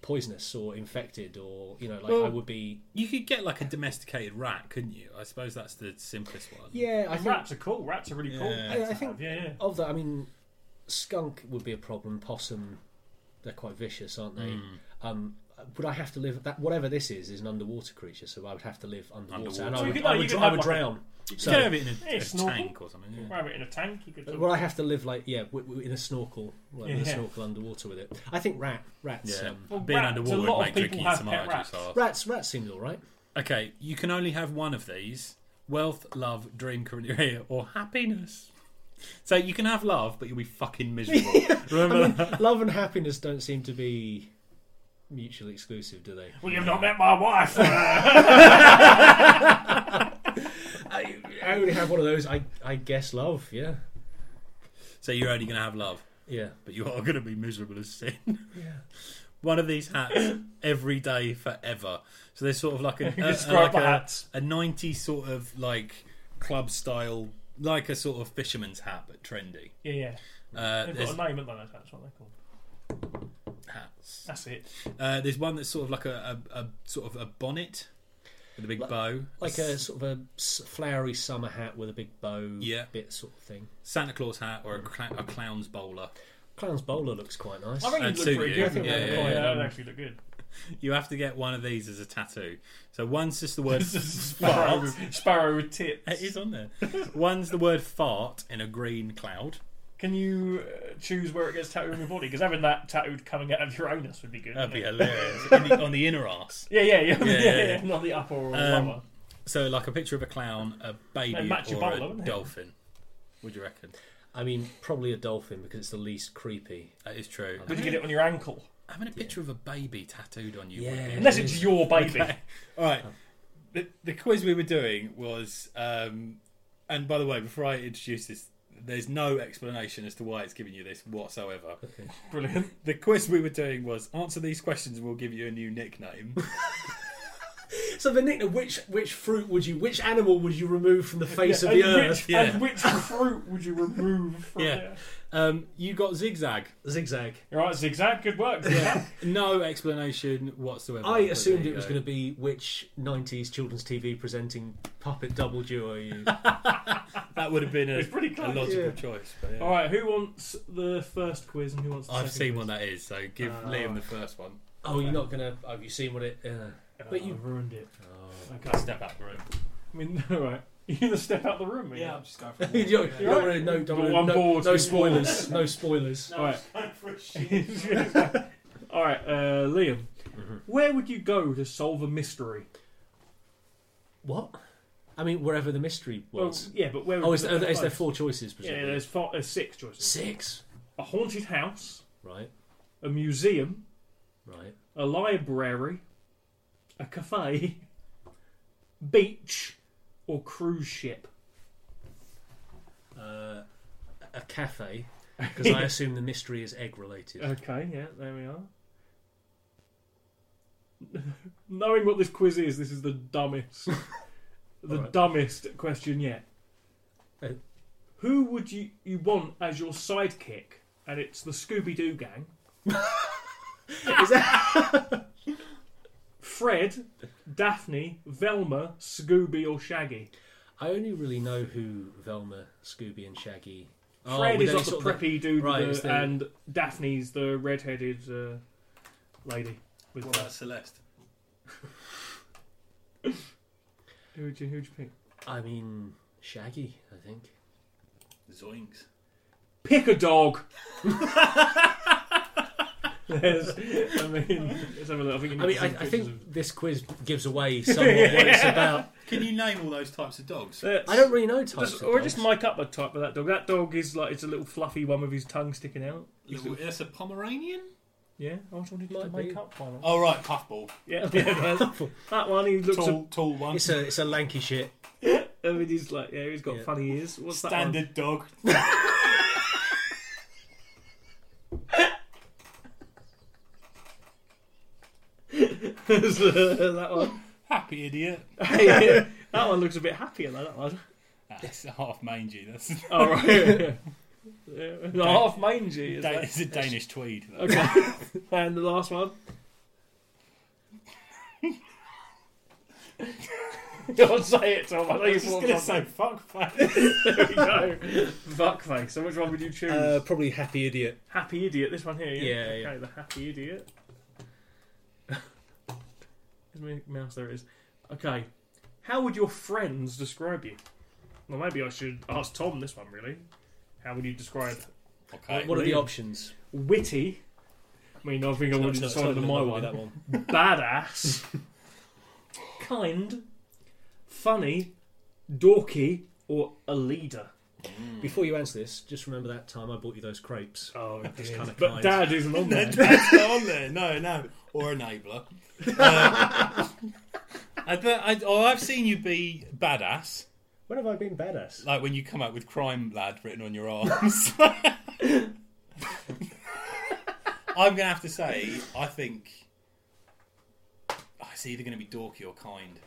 Speaker 1: poisonous or infected, or you know, like
Speaker 3: Well-
Speaker 1: I would be.
Speaker 3: You could get like a domesticated rat, couldn't you? I suppose that's the simplest one.
Speaker 1: Yeah, I think
Speaker 2: rats are cool. Rats are really cool.
Speaker 3: Yeah.
Speaker 1: I- I
Speaker 2: to
Speaker 1: think-
Speaker 2: have. yeah, yeah.
Speaker 1: of that. I mean, skunk would be a problem. Possum, they're quite vicious, aren't they?
Speaker 2: Hmm.
Speaker 1: Um, would I have to live that? Whatever this is, is an underwater creature, so I would have to live underwater, and
Speaker 3: Underwater.
Speaker 1: I
Speaker 2: So you
Speaker 1: would,
Speaker 2: could,
Speaker 1: I
Speaker 2: like,
Speaker 1: would,
Speaker 2: you could
Speaker 1: I
Speaker 2: have,
Speaker 1: would
Speaker 2: like, a-
Speaker 1: drown.
Speaker 3: You could have it in a,
Speaker 2: Yeah,
Speaker 3: a
Speaker 2: snorkel.
Speaker 3: tank or something. Yeah.
Speaker 2: Rabbit in a tank. You could.
Speaker 1: Well, I have to live like yeah, w- w- in a snorkel, like with a
Speaker 2: Yeah.
Speaker 1: snorkel underwater with it. I think rat, rats, um,
Speaker 2: Well,
Speaker 3: Being
Speaker 2: rats, a
Speaker 3: underwater
Speaker 2: lot
Speaker 3: would
Speaker 2: of
Speaker 3: make
Speaker 2: people
Speaker 3: drinking
Speaker 2: have pet
Speaker 3: tomato juice
Speaker 2: rats.
Speaker 3: hard.
Speaker 1: rats, rats seems all right.
Speaker 3: Okay, you can only have one of these: wealth, love, dream career, or happiness. So you can have love, but you'll be fucking miserable. Remember that?
Speaker 1: Love and happiness don't seem to be mutually exclusive, do they?
Speaker 2: Well, you've not met my wife.
Speaker 1: I, I only have one of those. I, I guess love. Yeah,
Speaker 3: So you're only going to have love,
Speaker 1: yeah,
Speaker 3: but you are going to be miserable as sin.
Speaker 1: yeah.
Speaker 3: One of these hats every day forever. So they're sort of like a, a, a,
Speaker 2: Describe
Speaker 3: like
Speaker 2: the
Speaker 3: a,
Speaker 2: hats.
Speaker 3: a 90s sort of like club style, like a sort of fisherman's hat, but trendy.
Speaker 2: Yeah, yeah.
Speaker 3: Uh,
Speaker 2: They've
Speaker 3: there's
Speaker 2: got a name at the that's what they're called.
Speaker 3: hats.
Speaker 2: That's it.
Speaker 3: Uh, there's one that's sort of like a, a, a sort of a bonnet with a big
Speaker 1: Like-
Speaker 3: bow.
Speaker 1: Like a sort of a s- flowery summer hat with a big bow,
Speaker 3: Yeah.
Speaker 1: bit sort of thing.
Speaker 3: Santa Claus hat or a, cla- a clown's bowler.
Speaker 1: Clown's bowler looks quite nice.
Speaker 2: I think
Speaker 3: Uh,
Speaker 2: you'd
Speaker 3: suit
Speaker 2: look pretty
Speaker 3: you.
Speaker 2: good.
Speaker 1: Yeah,
Speaker 2: yeah,
Speaker 1: yeah,
Speaker 2: yeah,
Speaker 1: yeah.
Speaker 2: That'd actually look good.
Speaker 3: You have to get one of these as a tattoo. So one's just the word
Speaker 2: Sparrow, with- Sparrow with tips.
Speaker 3: It is on there. One's the word fart in a green cloud.
Speaker 2: Can you uh, choose where it gets tattooed on your body? Because having that tattooed coming out of your anus would be good.
Speaker 3: That'd be
Speaker 2: wouldn't
Speaker 3: hilarious. In the- on the inner arse.
Speaker 2: it? yeah, yeah, yeah,
Speaker 3: Yeah,
Speaker 2: yeah,
Speaker 3: yeah,
Speaker 2: yeah,
Speaker 3: yeah.
Speaker 2: Not the upper or
Speaker 3: Um,
Speaker 2: lower.
Speaker 3: So, like a picture of a clown, a baby,
Speaker 2: They'd match
Speaker 3: or
Speaker 2: your bowler,
Speaker 3: a
Speaker 2: wouldn't they?
Speaker 3: dolphin. Would you reckon?
Speaker 1: I mean, probably a dolphin because it's the least creepy.
Speaker 3: That is true.
Speaker 2: Would you get it on your ankle?
Speaker 3: Having a picture of a baby tattooed on you would
Speaker 1: Yeah.
Speaker 3: be.
Speaker 2: Unless
Speaker 1: it
Speaker 2: it's
Speaker 1: is.
Speaker 2: your baby.
Speaker 3: All right. The, the quiz we were doing was, um, and by the way, before I introduce this, there's no explanation as to why it's giving you this whatsoever.
Speaker 2: Brilliant.
Speaker 3: The quiz we were doing was answer these questions and we'll give you a new nickname.
Speaker 1: So the nickname, which which fruit would you, which animal would you remove from the face
Speaker 2: and,
Speaker 1: of the
Speaker 2: which,
Speaker 1: earth?
Speaker 3: yeah.
Speaker 2: and which fruit would you remove from
Speaker 3: Yeah.
Speaker 2: there?
Speaker 3: um, you got zigzag.
Speaker 1: Zigzag.
Speaker 2: You're right, zigzag. Good work. Zigzag.
Speaker 3: No explanation whatsoever.
Speaker 1: I assumed it was
Speaker 3: to
Speaker 1: going to be which '90s children's TV presenting puppet double duo you.
Speaker 3: That would have been a,
Speaker 2: It's pretty
Speaker 3: a
Speaker 2: close.
Speaker 3: logical
Speaker 1: yeah.
Speaker 3: choice. But yeah.
Speaker 2: All right, who wants the first quiz and who wants the
Speaker 3: I've
Speaker 2: second
Speaker 3: seen
Speaker 2: quiz?
Speaker 3: one that is, so give
Speaker 2: Uh,
Speaker 3: Liam the first one.
Speaker 1: Oh, you're not gonna. Have you seen what it? Uh,
Speaker 2: Oh,
Speaker 1: But you-
Speaker 2: I've ruined it. Okay.
Speaker 3: Step out the room.
Speaker 2: I mean, all right. You're going to step out the room, are you?
Speaker 4: Yeah, I'm just going for a walk.
Speaker 1: you don't,
Speaker 4: Yeah.
Speaker 1: you don't wanna- no, don't
Speaker 2: Well,
Speaker 1: wanna-
Speaker 2: I'm
Speaker 1: no,
Speaker 2: bored,
Speaker 1: no
Speaker 2: I'm
Speaker 1: spoilers. no spoilers.
Speaker 4: No,
Speaker 2: All
Speaker 4: I'm
Speaker 2: right.
Speaker 4: just going for a shit.
Speaker 2: All right, uh, Liam. Where would you go to solve a mystery?
Speaker 1: What? I mean, wherever the mystery was.
Speaker 2: yeah, but where?
Speaker 1: oh, is, there,
Speaker 2: where-
Speaker 1: is there four choices? Presumably?
Speaker 2: Yeah, there's, four, there's six choices.
Speaker 1: six.
Speaker 2: A haunted house,
Speaker 1: Right,
Speaker 2: a museum,
Speaker 1: right.
Speaker 2: a library, a cafe, beach, or cruise ship.
Speaker 1: Uh, a cafe, because I assume the mystery is egg related.
Speaker 2: Okay, yeah, there we are. Knowing what this quiz is, this is the dumbest, the
Speaker 1: Alright.
Speaker 2: dumbest question yet.
Speaker 1: Oh.
Speaker 2: Who would you, you want as your sidekick? And it's the Scooby Doo gang. Fred, Daphne, Velma, Scooby, or Shaggy?
Speaker 1: I only really know who Velma, Scooby, and Shaggy. are
Speaker 2: Fred
Speaker 1: Oh, with
Speaker 2: is
Speaker 1: any
Speaker 2: like the
Speaker 1: sort of
Speaker 2: preppy dude, with
Speaker 1: Right,
Speaker 2: the-
Speaker 1: it's the-
Speaker 2: and Daphne's the redheaded uh, lady. With
Speaker 3: What
Speaker 2: the-
Speaker 3: about Celeste?
Speaker 2: Who would you, who'd you pick?
Speaker 1: I mean, Shaggy. I think.
Speaker 3: Zoinks.
Speaker 2: pick a dog. There's, I mean, let's have a look. I think, you need
Speaker 1: I mean,
Speaker 2: to see
Speaker 1: I, I
Speaker 2: pictures
Speaker 1: think this quiz gives away somewhat what it's about.
Speaker 3: Can you name all those types of dogs?
Speaker 2: of- Let's-
Speaker 1: I don't really know types
Speaker 2: Just,
Speaker 1: of
Speaker 2: or
Speaker 1: dogs.
Speaker 2: just mic up the type of that dog. That dog is like it's a little fluffy one with his tongue sticking out.
Speaker 3: Little- That's a Pomeranian?
Speaker 2: Yeah, I just wanted to
Speaker 1: Might
Speaker 2: make
Speaker 1: be.
Speaker 2: up one.
Speaker 3: Oh, right, puffball.
Speaker 2: Yeah, yeah that's- that one. He looks.
Speaker 3: Tall, tall one.
Speaker 1: It's a it's a lanky shit.
Speaker 2: A, I mean, he's like, yeah, he's got
Speaker 1: Yeah.
Speaker 2: funny ears. What's
Speaker 3: Standard dog.
Speaker 2: that one? that one.
Speaker 3: Happy idiot.
Speaker 2: Yeah, that one looks a bit happier than that one.
Speaker 3: That's half mangy. That's
Speaker 2: All right. Yeah. Yeah. Half mangy. Is
Speaker 3: Dan-
Speaker 2: that?
Speaker 3: it's a Danish tweed. that.
Speaker 2: Okay. and the last one. Don't say it, Tom. I know
Speaker 3: I
Speaker 2: you
Speaker 3: was just
Speaker 2: thought
Speaker 3: going to
Speaker 2: of
Speaker 3: say
Speaker 2: something.
Speaker 3: fuck fuck.
Speaker 2: There we go. Fuckface. So which one would you choose?
Speaker 1: Uh, probably happy idiot.
Speaker 2: happy idiot. This one here. Yeah.
Speaker 1: yeah,
Speaker 2: okay,
Speaker 1: yeah.
Speaker 2: the happy idiot. There's my mouse. There it is. Okay. How would your friends describe you? Well, maybe I should ask Tom this one. Really. How would you describe
Speaker 3: Okay.
Speaker 1: What are the
Speaker 2: Liam.
Speaker 1: options?
Speaker 2: witty? I mean, I think I would
Speaker 1: It's not-
Speaker 2: decided
Speaker 1: it's
Speaker 2: on
Speaker 1: not
Speaker 2: my
Speaker 1: gonna
Speaker 2: one.
Speaker 1: be That one.
Speaker 2: badass, kind, funny, dorky, or a leader.
Speaker 1: Before you answer this, just remember that time I bought you those crepes.
Speaker 2: Oh,
Speaker 1: That's kind of
Speaker 2: but
Speaker 1: kind.
Speaker 2: Dad isn't on there.
Speaker 3: That's not on there. No, no. Or enabler. Uh, I, bet- I, or I've seen you be badass,
Speaker 1: When have I been badass?
Speaker 3: like when you come out with crime lad written on your arms. I'm going to have to say, I think it's either going to be dorky or kind.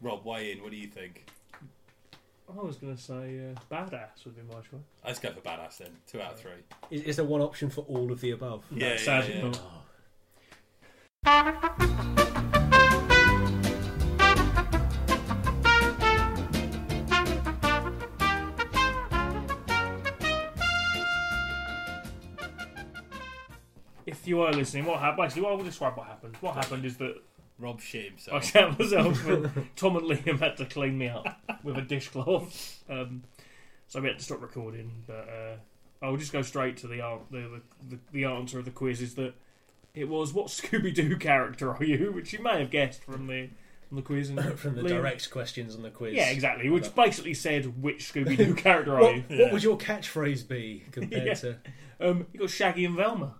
Speaker 3: Rob, weigh in. What do you think?
Speaker 2: I was going to say uh, badass would be my choice.
Speaker 3: Let's go for badass then. Two out of three.
Speaker 1: Is, is there one option for all of the above?
Speaker 3: Yeah,
Speaker 2: Sadly
Speaker 3: yeah, yeah.
Speaker 2: not. If you are listening, what happened? Basically, what I will describe what happened. What happened is that
Speaker 3: Rob shit
Speaker 2: I
Speaker 3: himself.
Speaker 2: sat myself, but Tom and Liam had to clean me up with a dishcloth. Um, so we had to stop recording. But uh, I'll just go straight to the, an- the, the the answer of the quiz is that it was what Scooby Doo character are you? Which you may have guessed from the from the quiz and
Speaker 1: From the
Speaker 2: Liam-
Speaker 1: direct questions on the quiz.
Speaker 2: Yeah, exactly. Which basically said which Scooby Doo character are
Speaker 1: What,
Speaker 2: you?
Speaker 1: what would your catchphrase be compared
Speaker 2: Yeah.
Speaker 1: to?
Speaker 2: Um, you got Shaggy and Velma.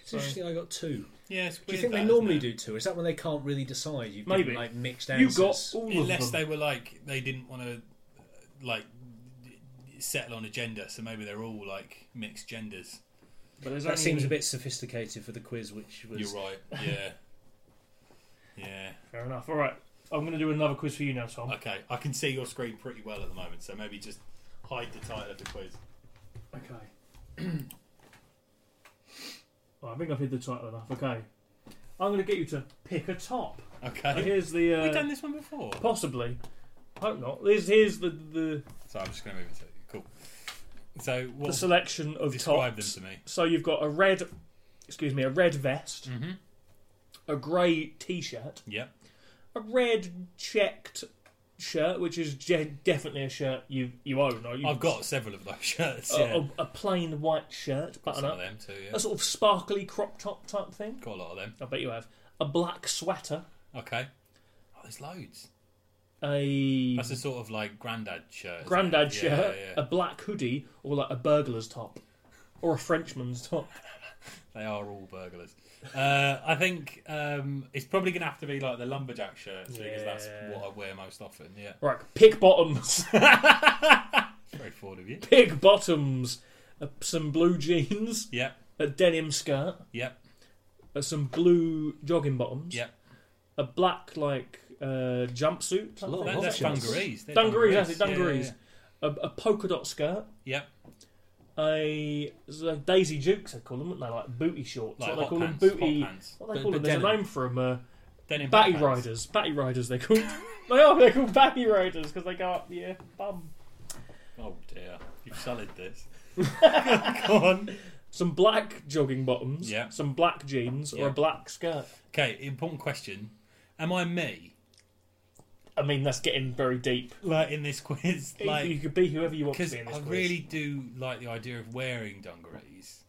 Speaker 1: It's interesting. I got two.
Speaker 3: Yeah, it's weird
Speaker 1: Do you think
Speaker 3: that,
Speaker 1: they
Speaker 3: isn't
Speaker 1: normally
Speaker 3: it?
Speaker 1: do two? Is that when they can't really decide? You've
Speaker 2: Maybe.
Speaker 1: given, like mixed
Speaker 2: You
Speaker 1: answers.
Speaker 2: got all of
Speaker 3: unless
Speaker 2: them.
Speaker 3: they were like they didn't want to like settle on a gender so maybe they're all like mixed genders
Speaker 2: But there's
Speaker 1: That
Speaker 2: only-
Speaker 1: seems a bit sophisticated for the quiz, which was.
Speaker 3: you're right yeah yeah
Speaker 2: fair enough. All right, I'm going to do another quiz for you now, Tom.
Speaker 3: okay i can see your screen pretty well at the moment so maybe just hide the title of the quiz
Speaker 2: Okay. Well, I think I've hid the title enough. Okay. I'm going to get you to pick a top.
Speaker 3: okay
Speaker 2: And here's the.
Speaker 3: we've
Speaker 2: Uh,
Speaker 3: done this one before
Speaker 2: possibly. Hope not. Here's, here's the, the,
Speaker 3: so i'm just gonna move it to cool so
Speaker 2: the
Speaker 3: what
Speaker 2: selection of
Speaker 3: describe
Speaker 2: tops.
Speaker 3: them to me
Speaker 2: So you've got a red. Excuse me, a red vest,
Speaker 3: mm-hmm.
Speaker 2: a grey t shirt,
Speaker 3: yep
Speaker 2: a red checked shirt, which is ge- definitely a shirt you, you own. Or you
Speaker 3: i've got several of those shirts
Speaker 2: A,
Speaker 3: yeah
Speaker 2: a, a plain white shirt,
Speaker 3: Got
Speaker 2: button
Speaker 3: some
Speaker 2: up.
Speaker 3: of them too yeah
Speaker 2: oh, A sort of sparkly crop top type thing.
Speaker 3: got a lot of them
Speaker 2: I bet you have. A black sweater.
Speaker 3: okay oh there's loads
Speaker 2: a
Speaker 3: That's a sort of like grandad shirt. isn't
Speaker 2: grandad
Speaker 3: it? Yeah,
Speaker 2: shirt,
Speaker 3: yeah.
Speaker 2: a black hoodie, or like a burglar's top, or a Frenchman's top.
Speaker 3: They are all burglars. Uh, I think um, it's probably going to have to be like the lumberjack shirt because that's
Speaker 2: Yeah.
Speaker 3: what I wear most often. Yeah,
Speaker 2: Right, pick bottoms,
Speaker 3: very forward of you.
Speaker 2: pick bottoms. Uh, some blue jeans,
Speaker 3: Yep,
Speaker 2: a denim skirt,
Speaker 3: yep,
Speaker 2: uh, some blue jogging bottoms,
Speaker 3: yep.
Speaker 2: a black like uh, jumpsuit, type
Speaker 1: lot
Speaker 2: thing.
Speaker 1: of
Speaker 3: That, that's
Speaker 1: options.
Speaker 3: dungarees. They're
Speaker 2: dungarees, that's it,
Speaker 3: Yeah, yeah,
Speaker 2: dungarees, A, a polka dot skirt,
Speaker 3: yeah. Yep,
Speaker 2: a, it's like Daisy Dukes they call them, wouldn't they? Like booty shorts,
Speaker 3: like
Speaker 2: what they
Speaker 3: hot
Speaker 2: call
Speaker 3: pants,
Speaker 2: them, booty.
Speaker 3: hot pants.
Speaker 2: What they
Speaker 1: But-
Speaker 2: call
Speaker 1: but
Speaker 2: them? There's a
Speaker 1: denim.
Speaker 2: name for them. Uh,
Speaker 3: Denim
Speaker 2: Batty
Speaker 3: hot pants.
Speaker 2: riders, batty riders, they're called. they are. They're called batty riders because they go up your bum.
Speaker 3: Oh dear, you've sullied this. Go on.
Speaker 2: Some black jogging bottoms,
Speaker 3: Yeah.
Speaker 2: some black jeans, or
Speaker 3: Yeah.
Speaker 2: a black skirt.
Speaker 3: Okay, important question. Am I me?
Speaker 2: I mean, that's getting very deep.
Speaker 3: Like in this quiz, like
Speaker 2: you could be whoever you want to
Speaker 3: Because
Speaker 2: be in this
Speaker 3: I
Speaker 2: quiz.
Speaker 3: really do like the idea of wearing dungarees,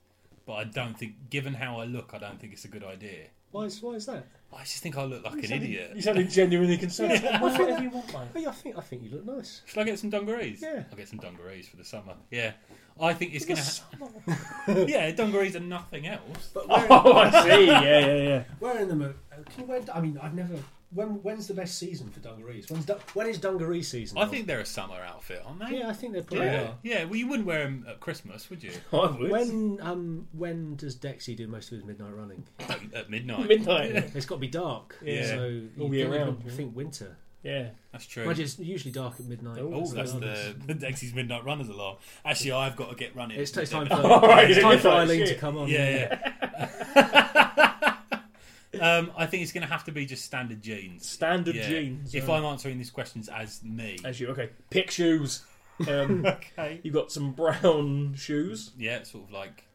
Speaker 3: but I don't think, given how I look, I don't think it's a good idea.
Speaker 1: Why is, why is that?
Speaker 3: I just think I look like an
Speaker 2: sounded-
Speaker 3: idiot.
Speaker 2: You sounded genuinely concerned. Wear whatever you want, mate.
Speaker 1: Oh, yeah, I think I think you look nice.
Speaker 3: Shall I get some dungarees?
Speaker 1: Yeah.
Speaker 3: I'll get some dungarees for the summer. Yeah. I think it's going to.
Speaker 2: Yes.
Speaker 3: Ha- yeah, dungarees and nothing else.
Speaker 1: But wearing,
Speaker 2: oh, I see. Yeah, yeah, yeah.
Speaker 1: wearing them, uh, can you wear? I mean, I've never. When when's the best season for dungarees? When's du- when is dungaree season?
Speaker 3: I
Speaker 1: Rob?
Speaker 3: think they're a summer outfit, aren't they?
Speaker 1: Yeah, I think they probably
Speaker 3: Yeah.
Speaker 1: are.
Speaker 3: Yeah, Well, you wouldn't wear them at Christmas, would you?
Speaker 2: I would.
Speaker 1: When um when does Dexy do most of his midnight running?
Speaker 3: at midnight.
Speaker 2: midnight.
Speaker 1: It's got to be dark.
Speaker 2: Yeah.
Speaker 1: So
Speaker 2: All
Speaker 1: you
Speaker 2: year
Speaker 1: think-
Speaker 2: round,
Speaker 1: I
Speaker 2: yeah.
Speaker 1: think winter.
Speaker 2: Yeah.
Speaker 3: That's true.
Speaker 1: Mind you, it's usually dark at midnight.
Speaker 2: Oh,
Speaker 3: Oh,
Speaker 1: So
Speaker 3: that's
Speaker 1: it's-
Speaker 3: the, the Dexy's midnight runners alarm. Actually, I've got to get running.
Speaker 1: It's, it's time for,
Speaker 2: All right,
Speaker 1: it's time for
Speaker 2: yeah,
Speaker 1: Eileen to
Speaker 2: shit.
Speaker 1: come on.
Speaker 3: Yeah, yeah. um, I think it's going to have to be just standard jeans.
Speaker 2: Standard
Speaker 3: Yeah.
Speaker 2: jeans.
Speaker 3: If
Speaker 2: uh,
Speaker 3: I'm answering these questions as me,
Speaker 2: as you okay, pick shoes. Um,
Speaker 3: okay.
Speaker 2: you got some brown shoes.
Speaker 3: Yeah, sort of like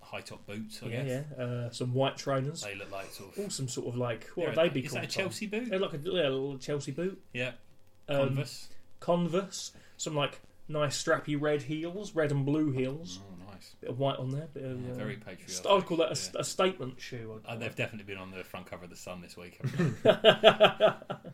Speaker 3: high top boots. I
Speaker 2: Yeah,
Speaker 3: guess
Speaker 2: yeah. Uh, some white trainers.
Speaker 3: they look like sort of.
Speaker 2: All some sort of like what
Speaker 3: Yeah,
Speaker 2: would they be
Speaker 3: is
Speaker 2: called?
Speaker 3: that a
Speaker 2: Tom?
Speaker 3: Chelsea boot?
Speaker 2: They're like a yeah, a little Chelsea boot,
Speaker 3: Yeah,
Speaker 2: um,
Speaker 3: Converse.
Speaker 2: Converse, some like nice strappy red heels, red and blue heels,
Speaker 3: Oh, nice. nice.
Speaker 2: bit of white on there. Bit of,
Speaker 3: Yeah,
Speaker 2: uh,
Speaker 3: very patriotic.
Speaker 2: st- I'd call that a, st-
Speaker 3: Yeah.
Speaker 2: a statement shoe. I'd
Speaker 3: Uh,
Speaker 2: call
Speaker 3: they've
Speaker 2: it.
Speaker 3: definitely been on the front cover of the Sun this week. haven't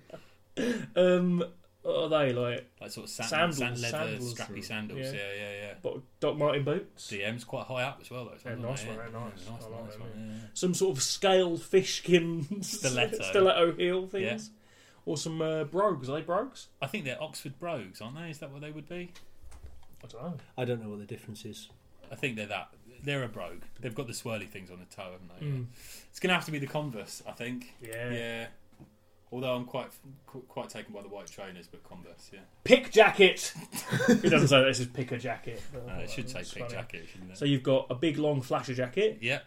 Speaker 3: they?
Speaker 2: um, what are they like?
Speaker 3: like sort of sand,
Speaker 2: Sandals,
Speaker 3: sand leather,
Speaker 2: sandals.
Speaker 3: strappy sandals.
Speaker 2: Yeah.
Speaker 3: Yeah, yeah, yeah.
Speaker 2: What, Doc Martin boots?
Speaker 3: DM's quite high up as well, though.
Speaker 2: They're
Speaker 3: aren't
Speaker 2: nice,
Speaker 3: they?
Speaker 2: one, they're nice.
Speaker 3: Yeah,
Speaker 2: I like them, yeah.
Speaker 3: one,
Speaker 2: Some sort of scale fishkin
Speaker 3: Stiletto.
Speaker 2: stiletto heel things, or some uh, brogues? Are they brogues?
Speaker 3: I think they're Oxford brogues, aren't they? Is that what they would be?
Speaker 2: I don't know.
Speaker 1: I don't know what the difference is.
Speaker 3: I think they're that. They're a brogue. They've got the swirly things on the toe, haven't they?
Speaker 2: Mm.
Speaker 3: It's going to have to be the Converse, I think.
Speaker 2: Yeah.
Speaker 3: Yeah. Although I'm quite qu- quite taken by the white trainers, but Converse, yeah.
Speaker 2: Pick jacket. he doesn't say that. This is pick a jacket. but I
Speaker 3: Uh,
Speaker 2: thought
Speaker 3: it should
Speaker 2: that
Speaker 3: say
Speaker 2: was
Speaker 3: pig
Speaker 2: Oh, funny.
Speaker 3: jacket, shouldn't it?
Speaker 2: So you've got a big long flasher jacket,
Speaker 3: yeah.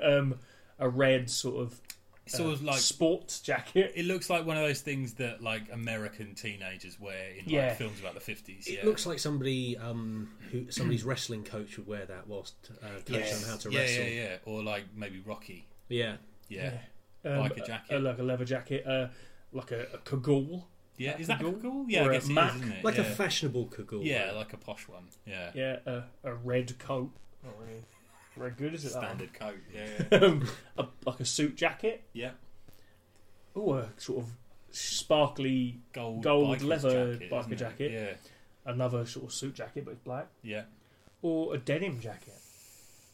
Speaker 2: um, a red sort of uh,
Speaker 3: It's sort of like
Speaker 2: sports jacket.
Speaker 3: it looks like one of those things that like American teenagers wear in like
Speaker 2: Yeah.
Speaker 3: films about the fifties. Yeah.
Speaker 1: It looks like somebody um, who somebody's wrestling coach would wear that whilst uh, coaching
Speaker 2: Yes.
Speaker 1: them how to
Speaker 3: yeah,
Speaker 1: wrestle.
Speaker 3: yeah, yeah. Or like maybe Rocky.
Speaker 1: Yeah.
Speaker 3: Yeah.
Speaker 2: Um,
Speaker 3: like a jacket.
Speaker 2: uh, like a leather jacket, uh, like a, a cagoule.
Speaker 3: Yeah,
Speaker 2: That's
Speaker 3: is that
Speaker 2: cool.
Speaker 3: cool? Yeah,
Speaker 2: Or a
Speaker 3: I guess it is,
Speaker 2: Mac.
Speaker 3: isn't it?
Speaker 1: Like
Speaker 3: yeah.
Speaker 1: a fashionable cagoule.
Speaker 3: yeah, like a posh one. Yeah,
Speaker 2: Yeah, a, a red coat. Not really very good, is it? that one?
Speaker 3: standard coat. Yeah,
Speaker 2: Um, a, like a suit jacket.
Speaker 3: yeah.
Speaker 2: Oh, a sort of sparkly,
Speaker 3: Gold,
Speaker 2: Gold
Speaker 3: biker's
Speaker 2: leather
Speaker 3: jacket,
Speaker 2: biker
Speaker 3: isn't it?
Speaker 2: jacket.
Speaker 3: Yeah,
Speaker 2: another sort of suit jacket, but it's black.
Speaker 3: yeah.
Speaker 2: Or a denim jacket.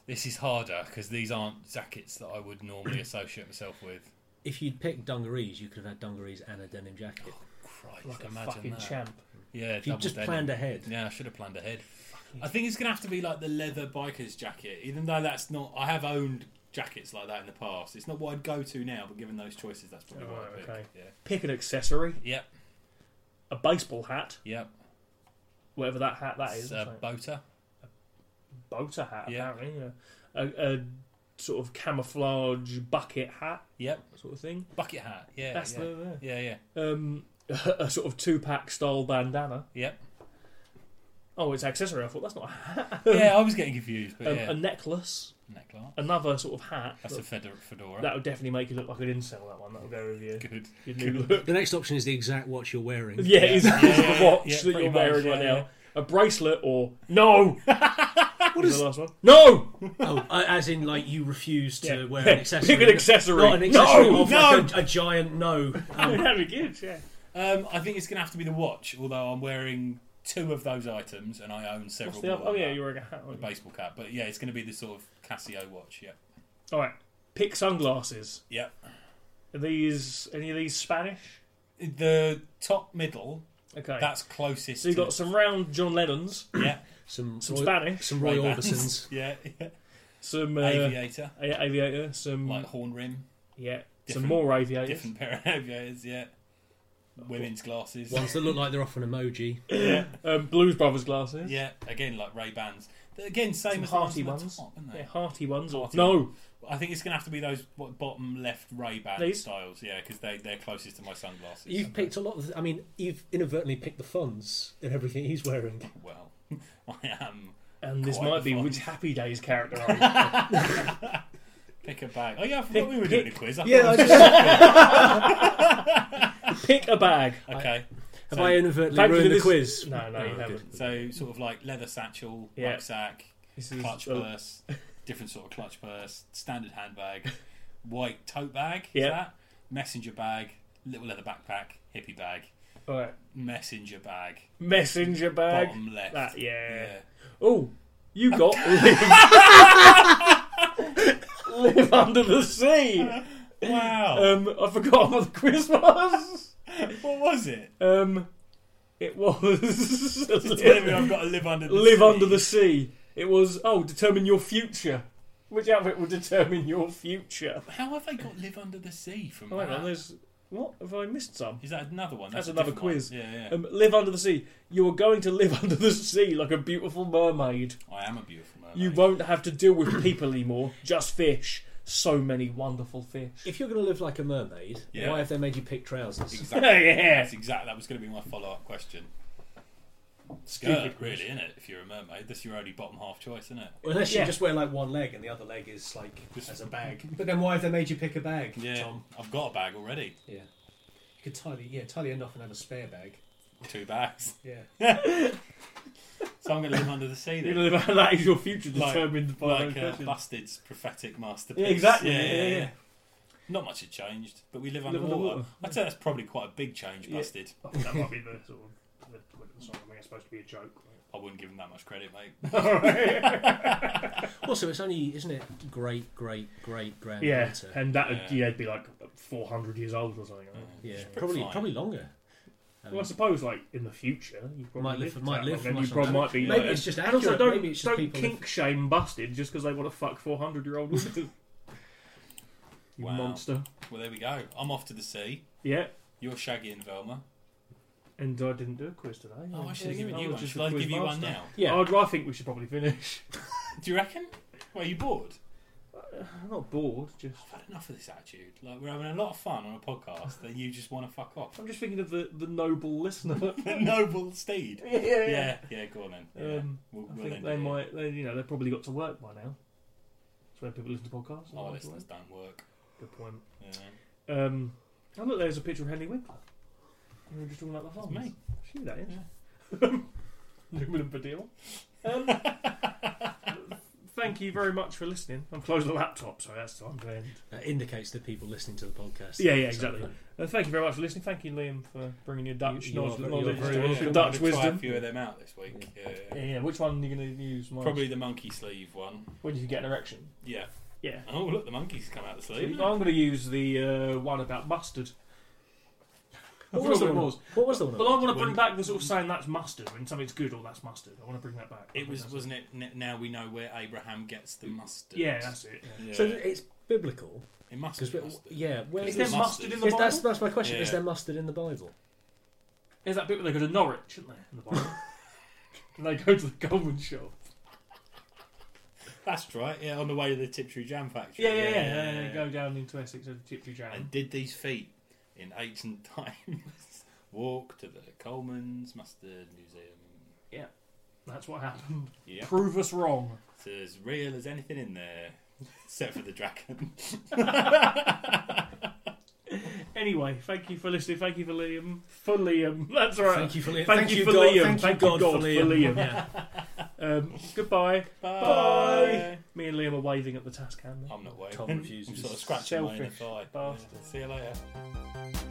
Speaker 3: This is harder because these aren't jackets that I would normally associate myself with.
Speaker 1: If you'd picked dungarees, you could have had dungarees and a denim jacket.
Speaker 2: Oh,
Speaker 3: Christ,
Speaker 2: Like a
Speaker 3: imagine
Speaker 2: fucking
Speaker 3: that.
Speaker 2: champ.
Speaker 3: Yeah,
Speaker 1: if you
Speaker 3: double
Speaker 1: just
Speaker 3: denim.
Speaker 1: planned ahead.
Speaker 3: Yeah, I should have planned ahead. I think it's gonna have to be like the leather biker's jacket, even though that's not. I have owned jackets like that in the past. It's not what I'd go to now, but given those choices, that's probably what
Speaker 2: Alright,
Speaker 3: I'd pick.
Speaker 2: Oh, okay.
Speaker 3: Yeah.
Speaker 2: Pick an accessory.
Speaker 3: Yep.
Speaker 2: A baseball hat,
Speaker 3: Yep.
Speaker 2: whatever that hat that is.
Speaker 3: It's a
Speaker 2: it's like
Speaker 3: boater.
Speaker 2: a boater hat,
Speaker 3: Yeah.
Speaker 2: apparently. Yeah. A, a sort of camouflage bucket hat,
Speaker 3: Yep.
Speaker 2: sort of thing.
Speaker 3: Bucket hat. Yeah.
Speaker 2: That's
Speaker 3: yeah.
Speaker 2: the.
Speaker 3: Yeah, yeah.
Speaker 2: Um, a sort of two pack style bandana.
Speaker 3: Yep.
Speaker 2: Oh, it's accessory. I thought that's not a hat.
Speaker 3: Yeah, I was getting confused, but
Speaker 2: Um,
Speaker 3: yeah.
Speaker 2: A necklace,
Speaker 3: Neck lark.
Speaker 2: another sort of hat.
Speaker 3: That's a fedor- fedora.
Speaker 2: That would definitely make you look like an incel. That one. That'll go with you.
Speaker 3: Good.
Speaker 2: Your new look.
Speaker 1: The next option is the exact watch you're wearing.
Speaker 2: Yeah, it's,
Speaker 3: Yeah,
Speaker 2: it's
Speaker 3: yeah,
Speaker 2: the watch
Speaker 3: yeah,
Speaker 2: that
Speaker 3: pretty
Speaker 2: you're
Speaker 3: much,
Speaker 2: wearing
Speaker 3: yeah,
Speaker 2: right
Speaker 3: yeah.
Speaker 2: now. A bracelet or no? what
Speaker 1: is-
Speaker 2: the last one? No.
Speaker 1: Oh, uh, as in like you refuse to
Speaker 2: Yeah.
Speaker 1: wear an accessory.
Speaker 2: Pick an accessory.
Speaker 1: Not an accessory
Speaker 2: No,
Speaker 1: of
Speaker 2: no.
Speaker 1: like a, a giant no. Um,
Speaker 2: That'd be good. Yeah.
Speaker 3: Um, I think it's going to have to be the watch, although I'm wearing two of those items and I own several.
Speaker 2: What's the other?
Speaker 3: more
Speaker 2: Oh
Speaker 3: than
Speaker 2: yeah,
Speaker 3: that.
Speaker 2: you're wearing a hat.
Speaker 3: a
Speaker 2: aren't you?
Speaker 3: baseball cap. But yeah, it's going to be the sort of Casio watch. Yep.
Speaker 2: All right. Pick sunglasses.
Speaker 3: Yep.
Speaker 2: Are these any of these Spanish?
Speaker 3: The top middle,
Speaker 2: Okay.
Speaker 3: that's closest.
Speaker 2: so you've
Speaker 3: to-
Speaker 2: got some round John Lennons,
Speaker 3: yeah,
Speaker 1: some
Speaker 2: some
Speaker 1: Roy-
Speaker 2: Spanish,
Speaker 1: some Roy
Speaker 3: Ray-Bans.
Speaker 1: Orbisons.
Speaker 3: yeah, yeah.
Speaker 2: some uh, mm.
Speaker 3: aviator,
Speaker 2: a- aviator, some
Speaker 3: like horn rim,
Speaker 2: yeah, some
Speaker 3: different-
Speaker 2: more aviators.
Speaker 3: different pair of aviators. Yeah, women's glasses.
Speaker 1: Ones that look like they're off an emoji.
Speaker 3: Yeah,
Speaker 2: Um, Blues Brothers glasses.
Speaker 3: yeah. Again, like Ray Bans. Again, same
Speaker 2: Some
Speaker 3: as
Speaker 2: hearty
Speaker 3: the ones on the
Speaker 2: ones.
Speaker 3: top, aren't they?
Speaker 2: Yeah, hearty ones. or
Speaker 3: Hearty
Speaker 2: no,
Speaker 3: I think it's going to have to be those what, bottom left Ray Ban
Speaker 2: These?
Speaker 3: styles, yeah, because they they're closest to my sunglasses.
Speaker 1: You've picked a lot of. I mean, you've inadvertently picked the funds in everything he's wearing.
Speaker 3: well. I am
Speaker 2: and this
Speaker 3: Quite
Speaker 2: might
Speaker 3: the
Speaker 2: be
Speaker 3: font.
Speaker 2: Woods Happy Days character. Art.
Speaker 3: pick a bag. Oh yeah, I forgot
Speaker 2: Pick-
Speaker 3: we were doing a quiz. I
Speaker 1: Yeah,
Speaker 3: thought
Speaker 1: I
Speaker 3: it
Speaker 1: just,
Speaker 3: was-
Speaker 1: have
Speaker 2: Pick a bag.
Speaker 3: okay. So-
Speaker 1: I inadvertently
Speaker 2: Thank you for
Speaker 1: ruined the
Speaker 2: this-
Speaker 1: quiz?
Speaker 2: No, no,
Speaker 1: Oh,
Speaker 2: you
Speaker 1: good.
Speaker 2: haven't.
Speaker 3: So sort of like leather satchel,
Speaker 2: Yeah.
Speaker 3: rucksack,
Speaker 2: This is
Speaker 3: clutch
Speaker 2: uh,
Speaker 3: purse, different sort of clutch purse, standard handbag, white tote bag.
Speaker 2: Yeah.
Speaker 3: Is that messenger bag, little leather backpack, hippie bag,
Speaker 2: all right.
Speaker 3: messenger bag,
Speaker 2: messenger bag.
Speaker 3: bottom left.
Speaker 2: That yeah.
Speaker 3: Yeah.
Speaker 2: Oh, you got live. live under the sea.
Speaker 3: Wow.
Speaker 2: Um, I forgot what the quiz was.
Speaker 3: what was it?
Speaker 2: Um, it was
Speaker 3: Just telling me I've got to live under the
Speaker 2: live
Speaker 3: sea.
Speaker 2: under the sea. It was oh, determine your future. Which outfit will determine your future?
Speaker 3: How have they got live under the sea from
Speaker 2: Oh, hang
Speaker 3: that?
Speaker 2: on, there's what have I missed? Some
Speaker 3: Is that another one?
Speaker 2: That's
Speaker 3: a
Speaker 2: another
Speaker 3: different one.
Speaker 2: quiz.
Speaker 3: Yeah, yeah.
Speaker 2: um, live under the sea. You are going to live under the sea like a beautiful mermaid.
Speaker 3: I am a beautiful mermaid.
Speaker 2: You won't have to deal with people anymore, just fish. So many wonderful fish.
Speaker 1: If you're going to live like a mermaid,
Speaker 3: Yeah.
Speaker 1: why have they made you pick trousers?
Speaker 3: Exactly.
Speaker 2: yeah.
Speaker 3: That's exactly. That was going to be my follow-up question.
Speaker 2: Stupid
Speaker 3: Skirt,
Speaker 2: quiz.
Speaker 3: really, isn't it? If you're a mermaid, that's your only bottom half choice, isn't it?
Speaker 1: Well, unless
Speaker 2: Yeah.
Speaker 1: you just wear like one leg and the other leg is like
Speaker 3: Just-
Speaker 1: as a bag. But then why have they made you pick a bag,
Speaker 3: Yeah,
Speaker 1: Tom?
Speaker 3: I've got a bag already.
Speaker 1: Yeah. You could tidy, yeah, tidy enough and have a spare bag.
Speaker 3: Two bags.
Speaker 1: Yeah.
Speaker 3: So I'm going to live under the sea
Speaker 2: You
Speaker 3: then.
Speaker 2: know, that is your future
Speaker 3: Like-
Speaker 2: determined by those
Speaker 3: like uh,
Speaker 2: questions.
Speaker 3: Busted's prophetic masterpiece.
Speaker 2: Yeah, exactly.
Speaker 3: Yeah, yeah, yeah.
Speaker 2: yeah.
Speaker 3: Not much had changed, but we live
Speaker 2: Live
Speaker 3: underwater.
Speaker 2: underwater,
Speaker 3: I'd say that's probably quite a big change,
Speaker 2: Yeah.
Speaker 3: Busted.
Speaker 2: I think that might be the sort of the, the song. I think it's supposed to be a joke.
Speaker 3: I wouldn't give him that much credit, mate.
Speaker 1: Also, it's only isn't it great, great, great grand
Speaker 2: yeah,
Speaker 1: later?
Speaker 2: and that would
Speaker 3: Yeah.
Speaker 2: yeah, it'd be like 400 years old or something. I think.
Speaker 1: yeah,
Speaker 3: It's pretty
Speaker 1: probably
Speaker 3: fine.
Speaker 1: probably longer. Um,
Speaker 2: Well, I suppose like in the future, you probably
Speaker 1: might live,
Speaker 2: to
Speaker 1: might
Speaker 2: that
Speaker 1: live.
Speaker 2: long, and
Speaker 1: much
Speaker 2: you probably
Speaker 1: longer.
Speaker 2: might be.
Speaker 3: Yeah.
Speaker 1: Maybe
Speaker 2: like-
Speaker 1: it's just
Speaker 2: And also,
Speaker 1: accurate.
Speaker 2: don't
Speaker 1: Maybe it's
Speaker 2: don't
Speaker 1: just people
Speaker 2: kink shame busted just because they want to fuck 400 year old women. you
Speaker 3: Wow.
Speaker 2: monster.
Speaker 3: Well, there we go. I'm off to the sea.
Speaker 2: Yeah,
Speaker 3: You're Shaggy and Velma.
Speaker 2: and I didn't do a quiz today.
Speaker 3: Oh, I should have given
Speaker 2: I
Speaker 3: you
Speaker 2: was
Speaker 3: one.
Speaker 2: just
Speaker 3: Should
Speaker 2: a
Speaker 3: I
Speaker 2: quiz
Speaker 3: give you one
Speaker 2: master.
Speaker 3: now?
Speaker 1: Yeah.
Speaker 2: I'd, I think we should probably finish.
Speaker 3: Do you reckon? Well, are you bored?
Speaker 2: I'm not bored. Just
Speaker 3: I've had enough of this attitude. Like we're having a lot of fun on a podcast, then you just want to fuck off.
Speaker 2: I'm just thinking of the the noble listener.
Speaker 3: The noble steed.
Speaker 2: yeah, yeah.
Speaker 3: Yeah, yeah. Go on then. Yeah.
Speaker 2: Um,
Speaker 3: we'll,
Speaker 2: I
Speaker 3: we'll
Speaker 2: think
Speaker 3: end
Speaker 2: they
Speaker 3: it here.
Speaker 2: might. They, you know, they've probably got to work by now. That's when people listen to podcasts.
Speaker 3: Our listeners don't work.
Speaker 2: Good point.
Speaker 3: Yeah.
Speaker 2: Um, oh look, there's a picture of Henry Winkler. We were just talking about the
Speaker 3: That's
Speaker 2: farms.
Speaker 3: me.
Speaker 2: See that is. Luminum Badil. Um, thank you very much for listening. I'm closing the laptop, so that's the time to end.
Speaker 1: That indicates that people listening to the podcast.
Speaker 2: Yeah, yeah,
Speaker 1: So,
Speaker 2: exactly. Uh, thank you very much for listening. Thank you, Liam, for bringing your Dutch
Speaker 1: You- you
Speaker 2: knowledge,
Speaker 1: are very- you are
Speaker 2: knowledge to us,
Speaker 1: very welcome.
Speaker 2: your
Speaker 3: I'm
Speaker 2: Dutch
Speaker 3: gonna try
Speaker 2: wisdom.
Speaker 3: A few of them out this week. Yeah.
Speaker 2: Yeah, yeah, which one are you going to use? Miles?
Speaker 3: Probably the monkey sleeve one.
Speaker 2: When did you get an erection?
Speaker 3: Yeah.
Speaker 2: Yeah.
Speaker 3: Oh look, the monkeys come out of the
Speaker 2: So I'm
Speaker 3: sleeve.
Speaker 2: going to use the uh, one about mustard.
Speaker 1: What was
Speaker 2: Well,
Speaker 1: the
Speaker 2: it
Speaker 1: one?
Speaker 2: was.
Speaker 1: What was the one?
Speaker 2: Well, I want to bring
Speaker 3: When-
Speaker 2: back the sort of saying that's mustard when something's good or that's mustard. I want to bring that back. I
Speaker 3: It
Speaker 2: think
Speaker 3: was
Speaker 2: that's-
Speaker 3: wasn't it? N- Now we know where Abraham gets the mustard.
Speaker 2: Yeah, that's it. yeah.
Speaker 3: Yeah.
Speaker 1: So it's biblical
Speaker 3: it must
Speaker 1: because
Speaker 3: be mustard.
Speaker 1: yeah, where
Speaker 2: Is
Speaker 1: is,
Speaker 2: there
Speaker 3: it
Speaker 2: mustard,
Speaker 3: mustard?
Speaker 2: in the
Speaker 1: is
Speaker 2: Bible?
Speaker 1: that's that's my question. Is
Speaker 3: Yeah.
Speaker 1: there mustard in the Bible?
Speaker 2: There's that bit where they go to Norwich, isn't there, in the Bible? and they go to the Goldman shop.
Speaker 3: That's right. Yeah, on the way to the Tiptree Jam Factory.
Speaker 2: Yeah, yeah, yeah. yeah, They go down into Essex at Tiptree
Speaker 3: And
Speaker 2: Jam.
Speaker 3: did these feet in ancient times walk to the Coleman's Mustard Museum?
Speaker 2: That's what happened.
Speaker 3: Yeah,
Speaker 2: Prove us wrong.
Speaker 3: it's as real as anything in there, except for the dragon.
Speaker 2: Anyway, thank you for listening. Thank you for Liam. For Liam. That's all right.
Speaker 1: Thank you for Liam.
Speaker 2: Thank you for
Speaker 1: God,
Speaker 2: Liam.
Speaker 1: Thank you,
Speaker 2: Thank you,
Speaker 1: God,
Speaker 2: God, for
Speaker 1: for Liam.
Speaker 2: Liam.
Speaker 1: Yeah.
Speaker 2: Um, goodbye.
Speaker 3: Bye.
Speaker 2: Me and Liam are waving at the task hand.
Speaker 3: I'm not waiting.
Speaker 1: Tom refuses.
Speaker 3: I'm sort of scratching my inner
Speaker 2: Selfish
Speaker 3: thigh.
Speaker 2: bastard.
Speaker 3: Yeah. See you later.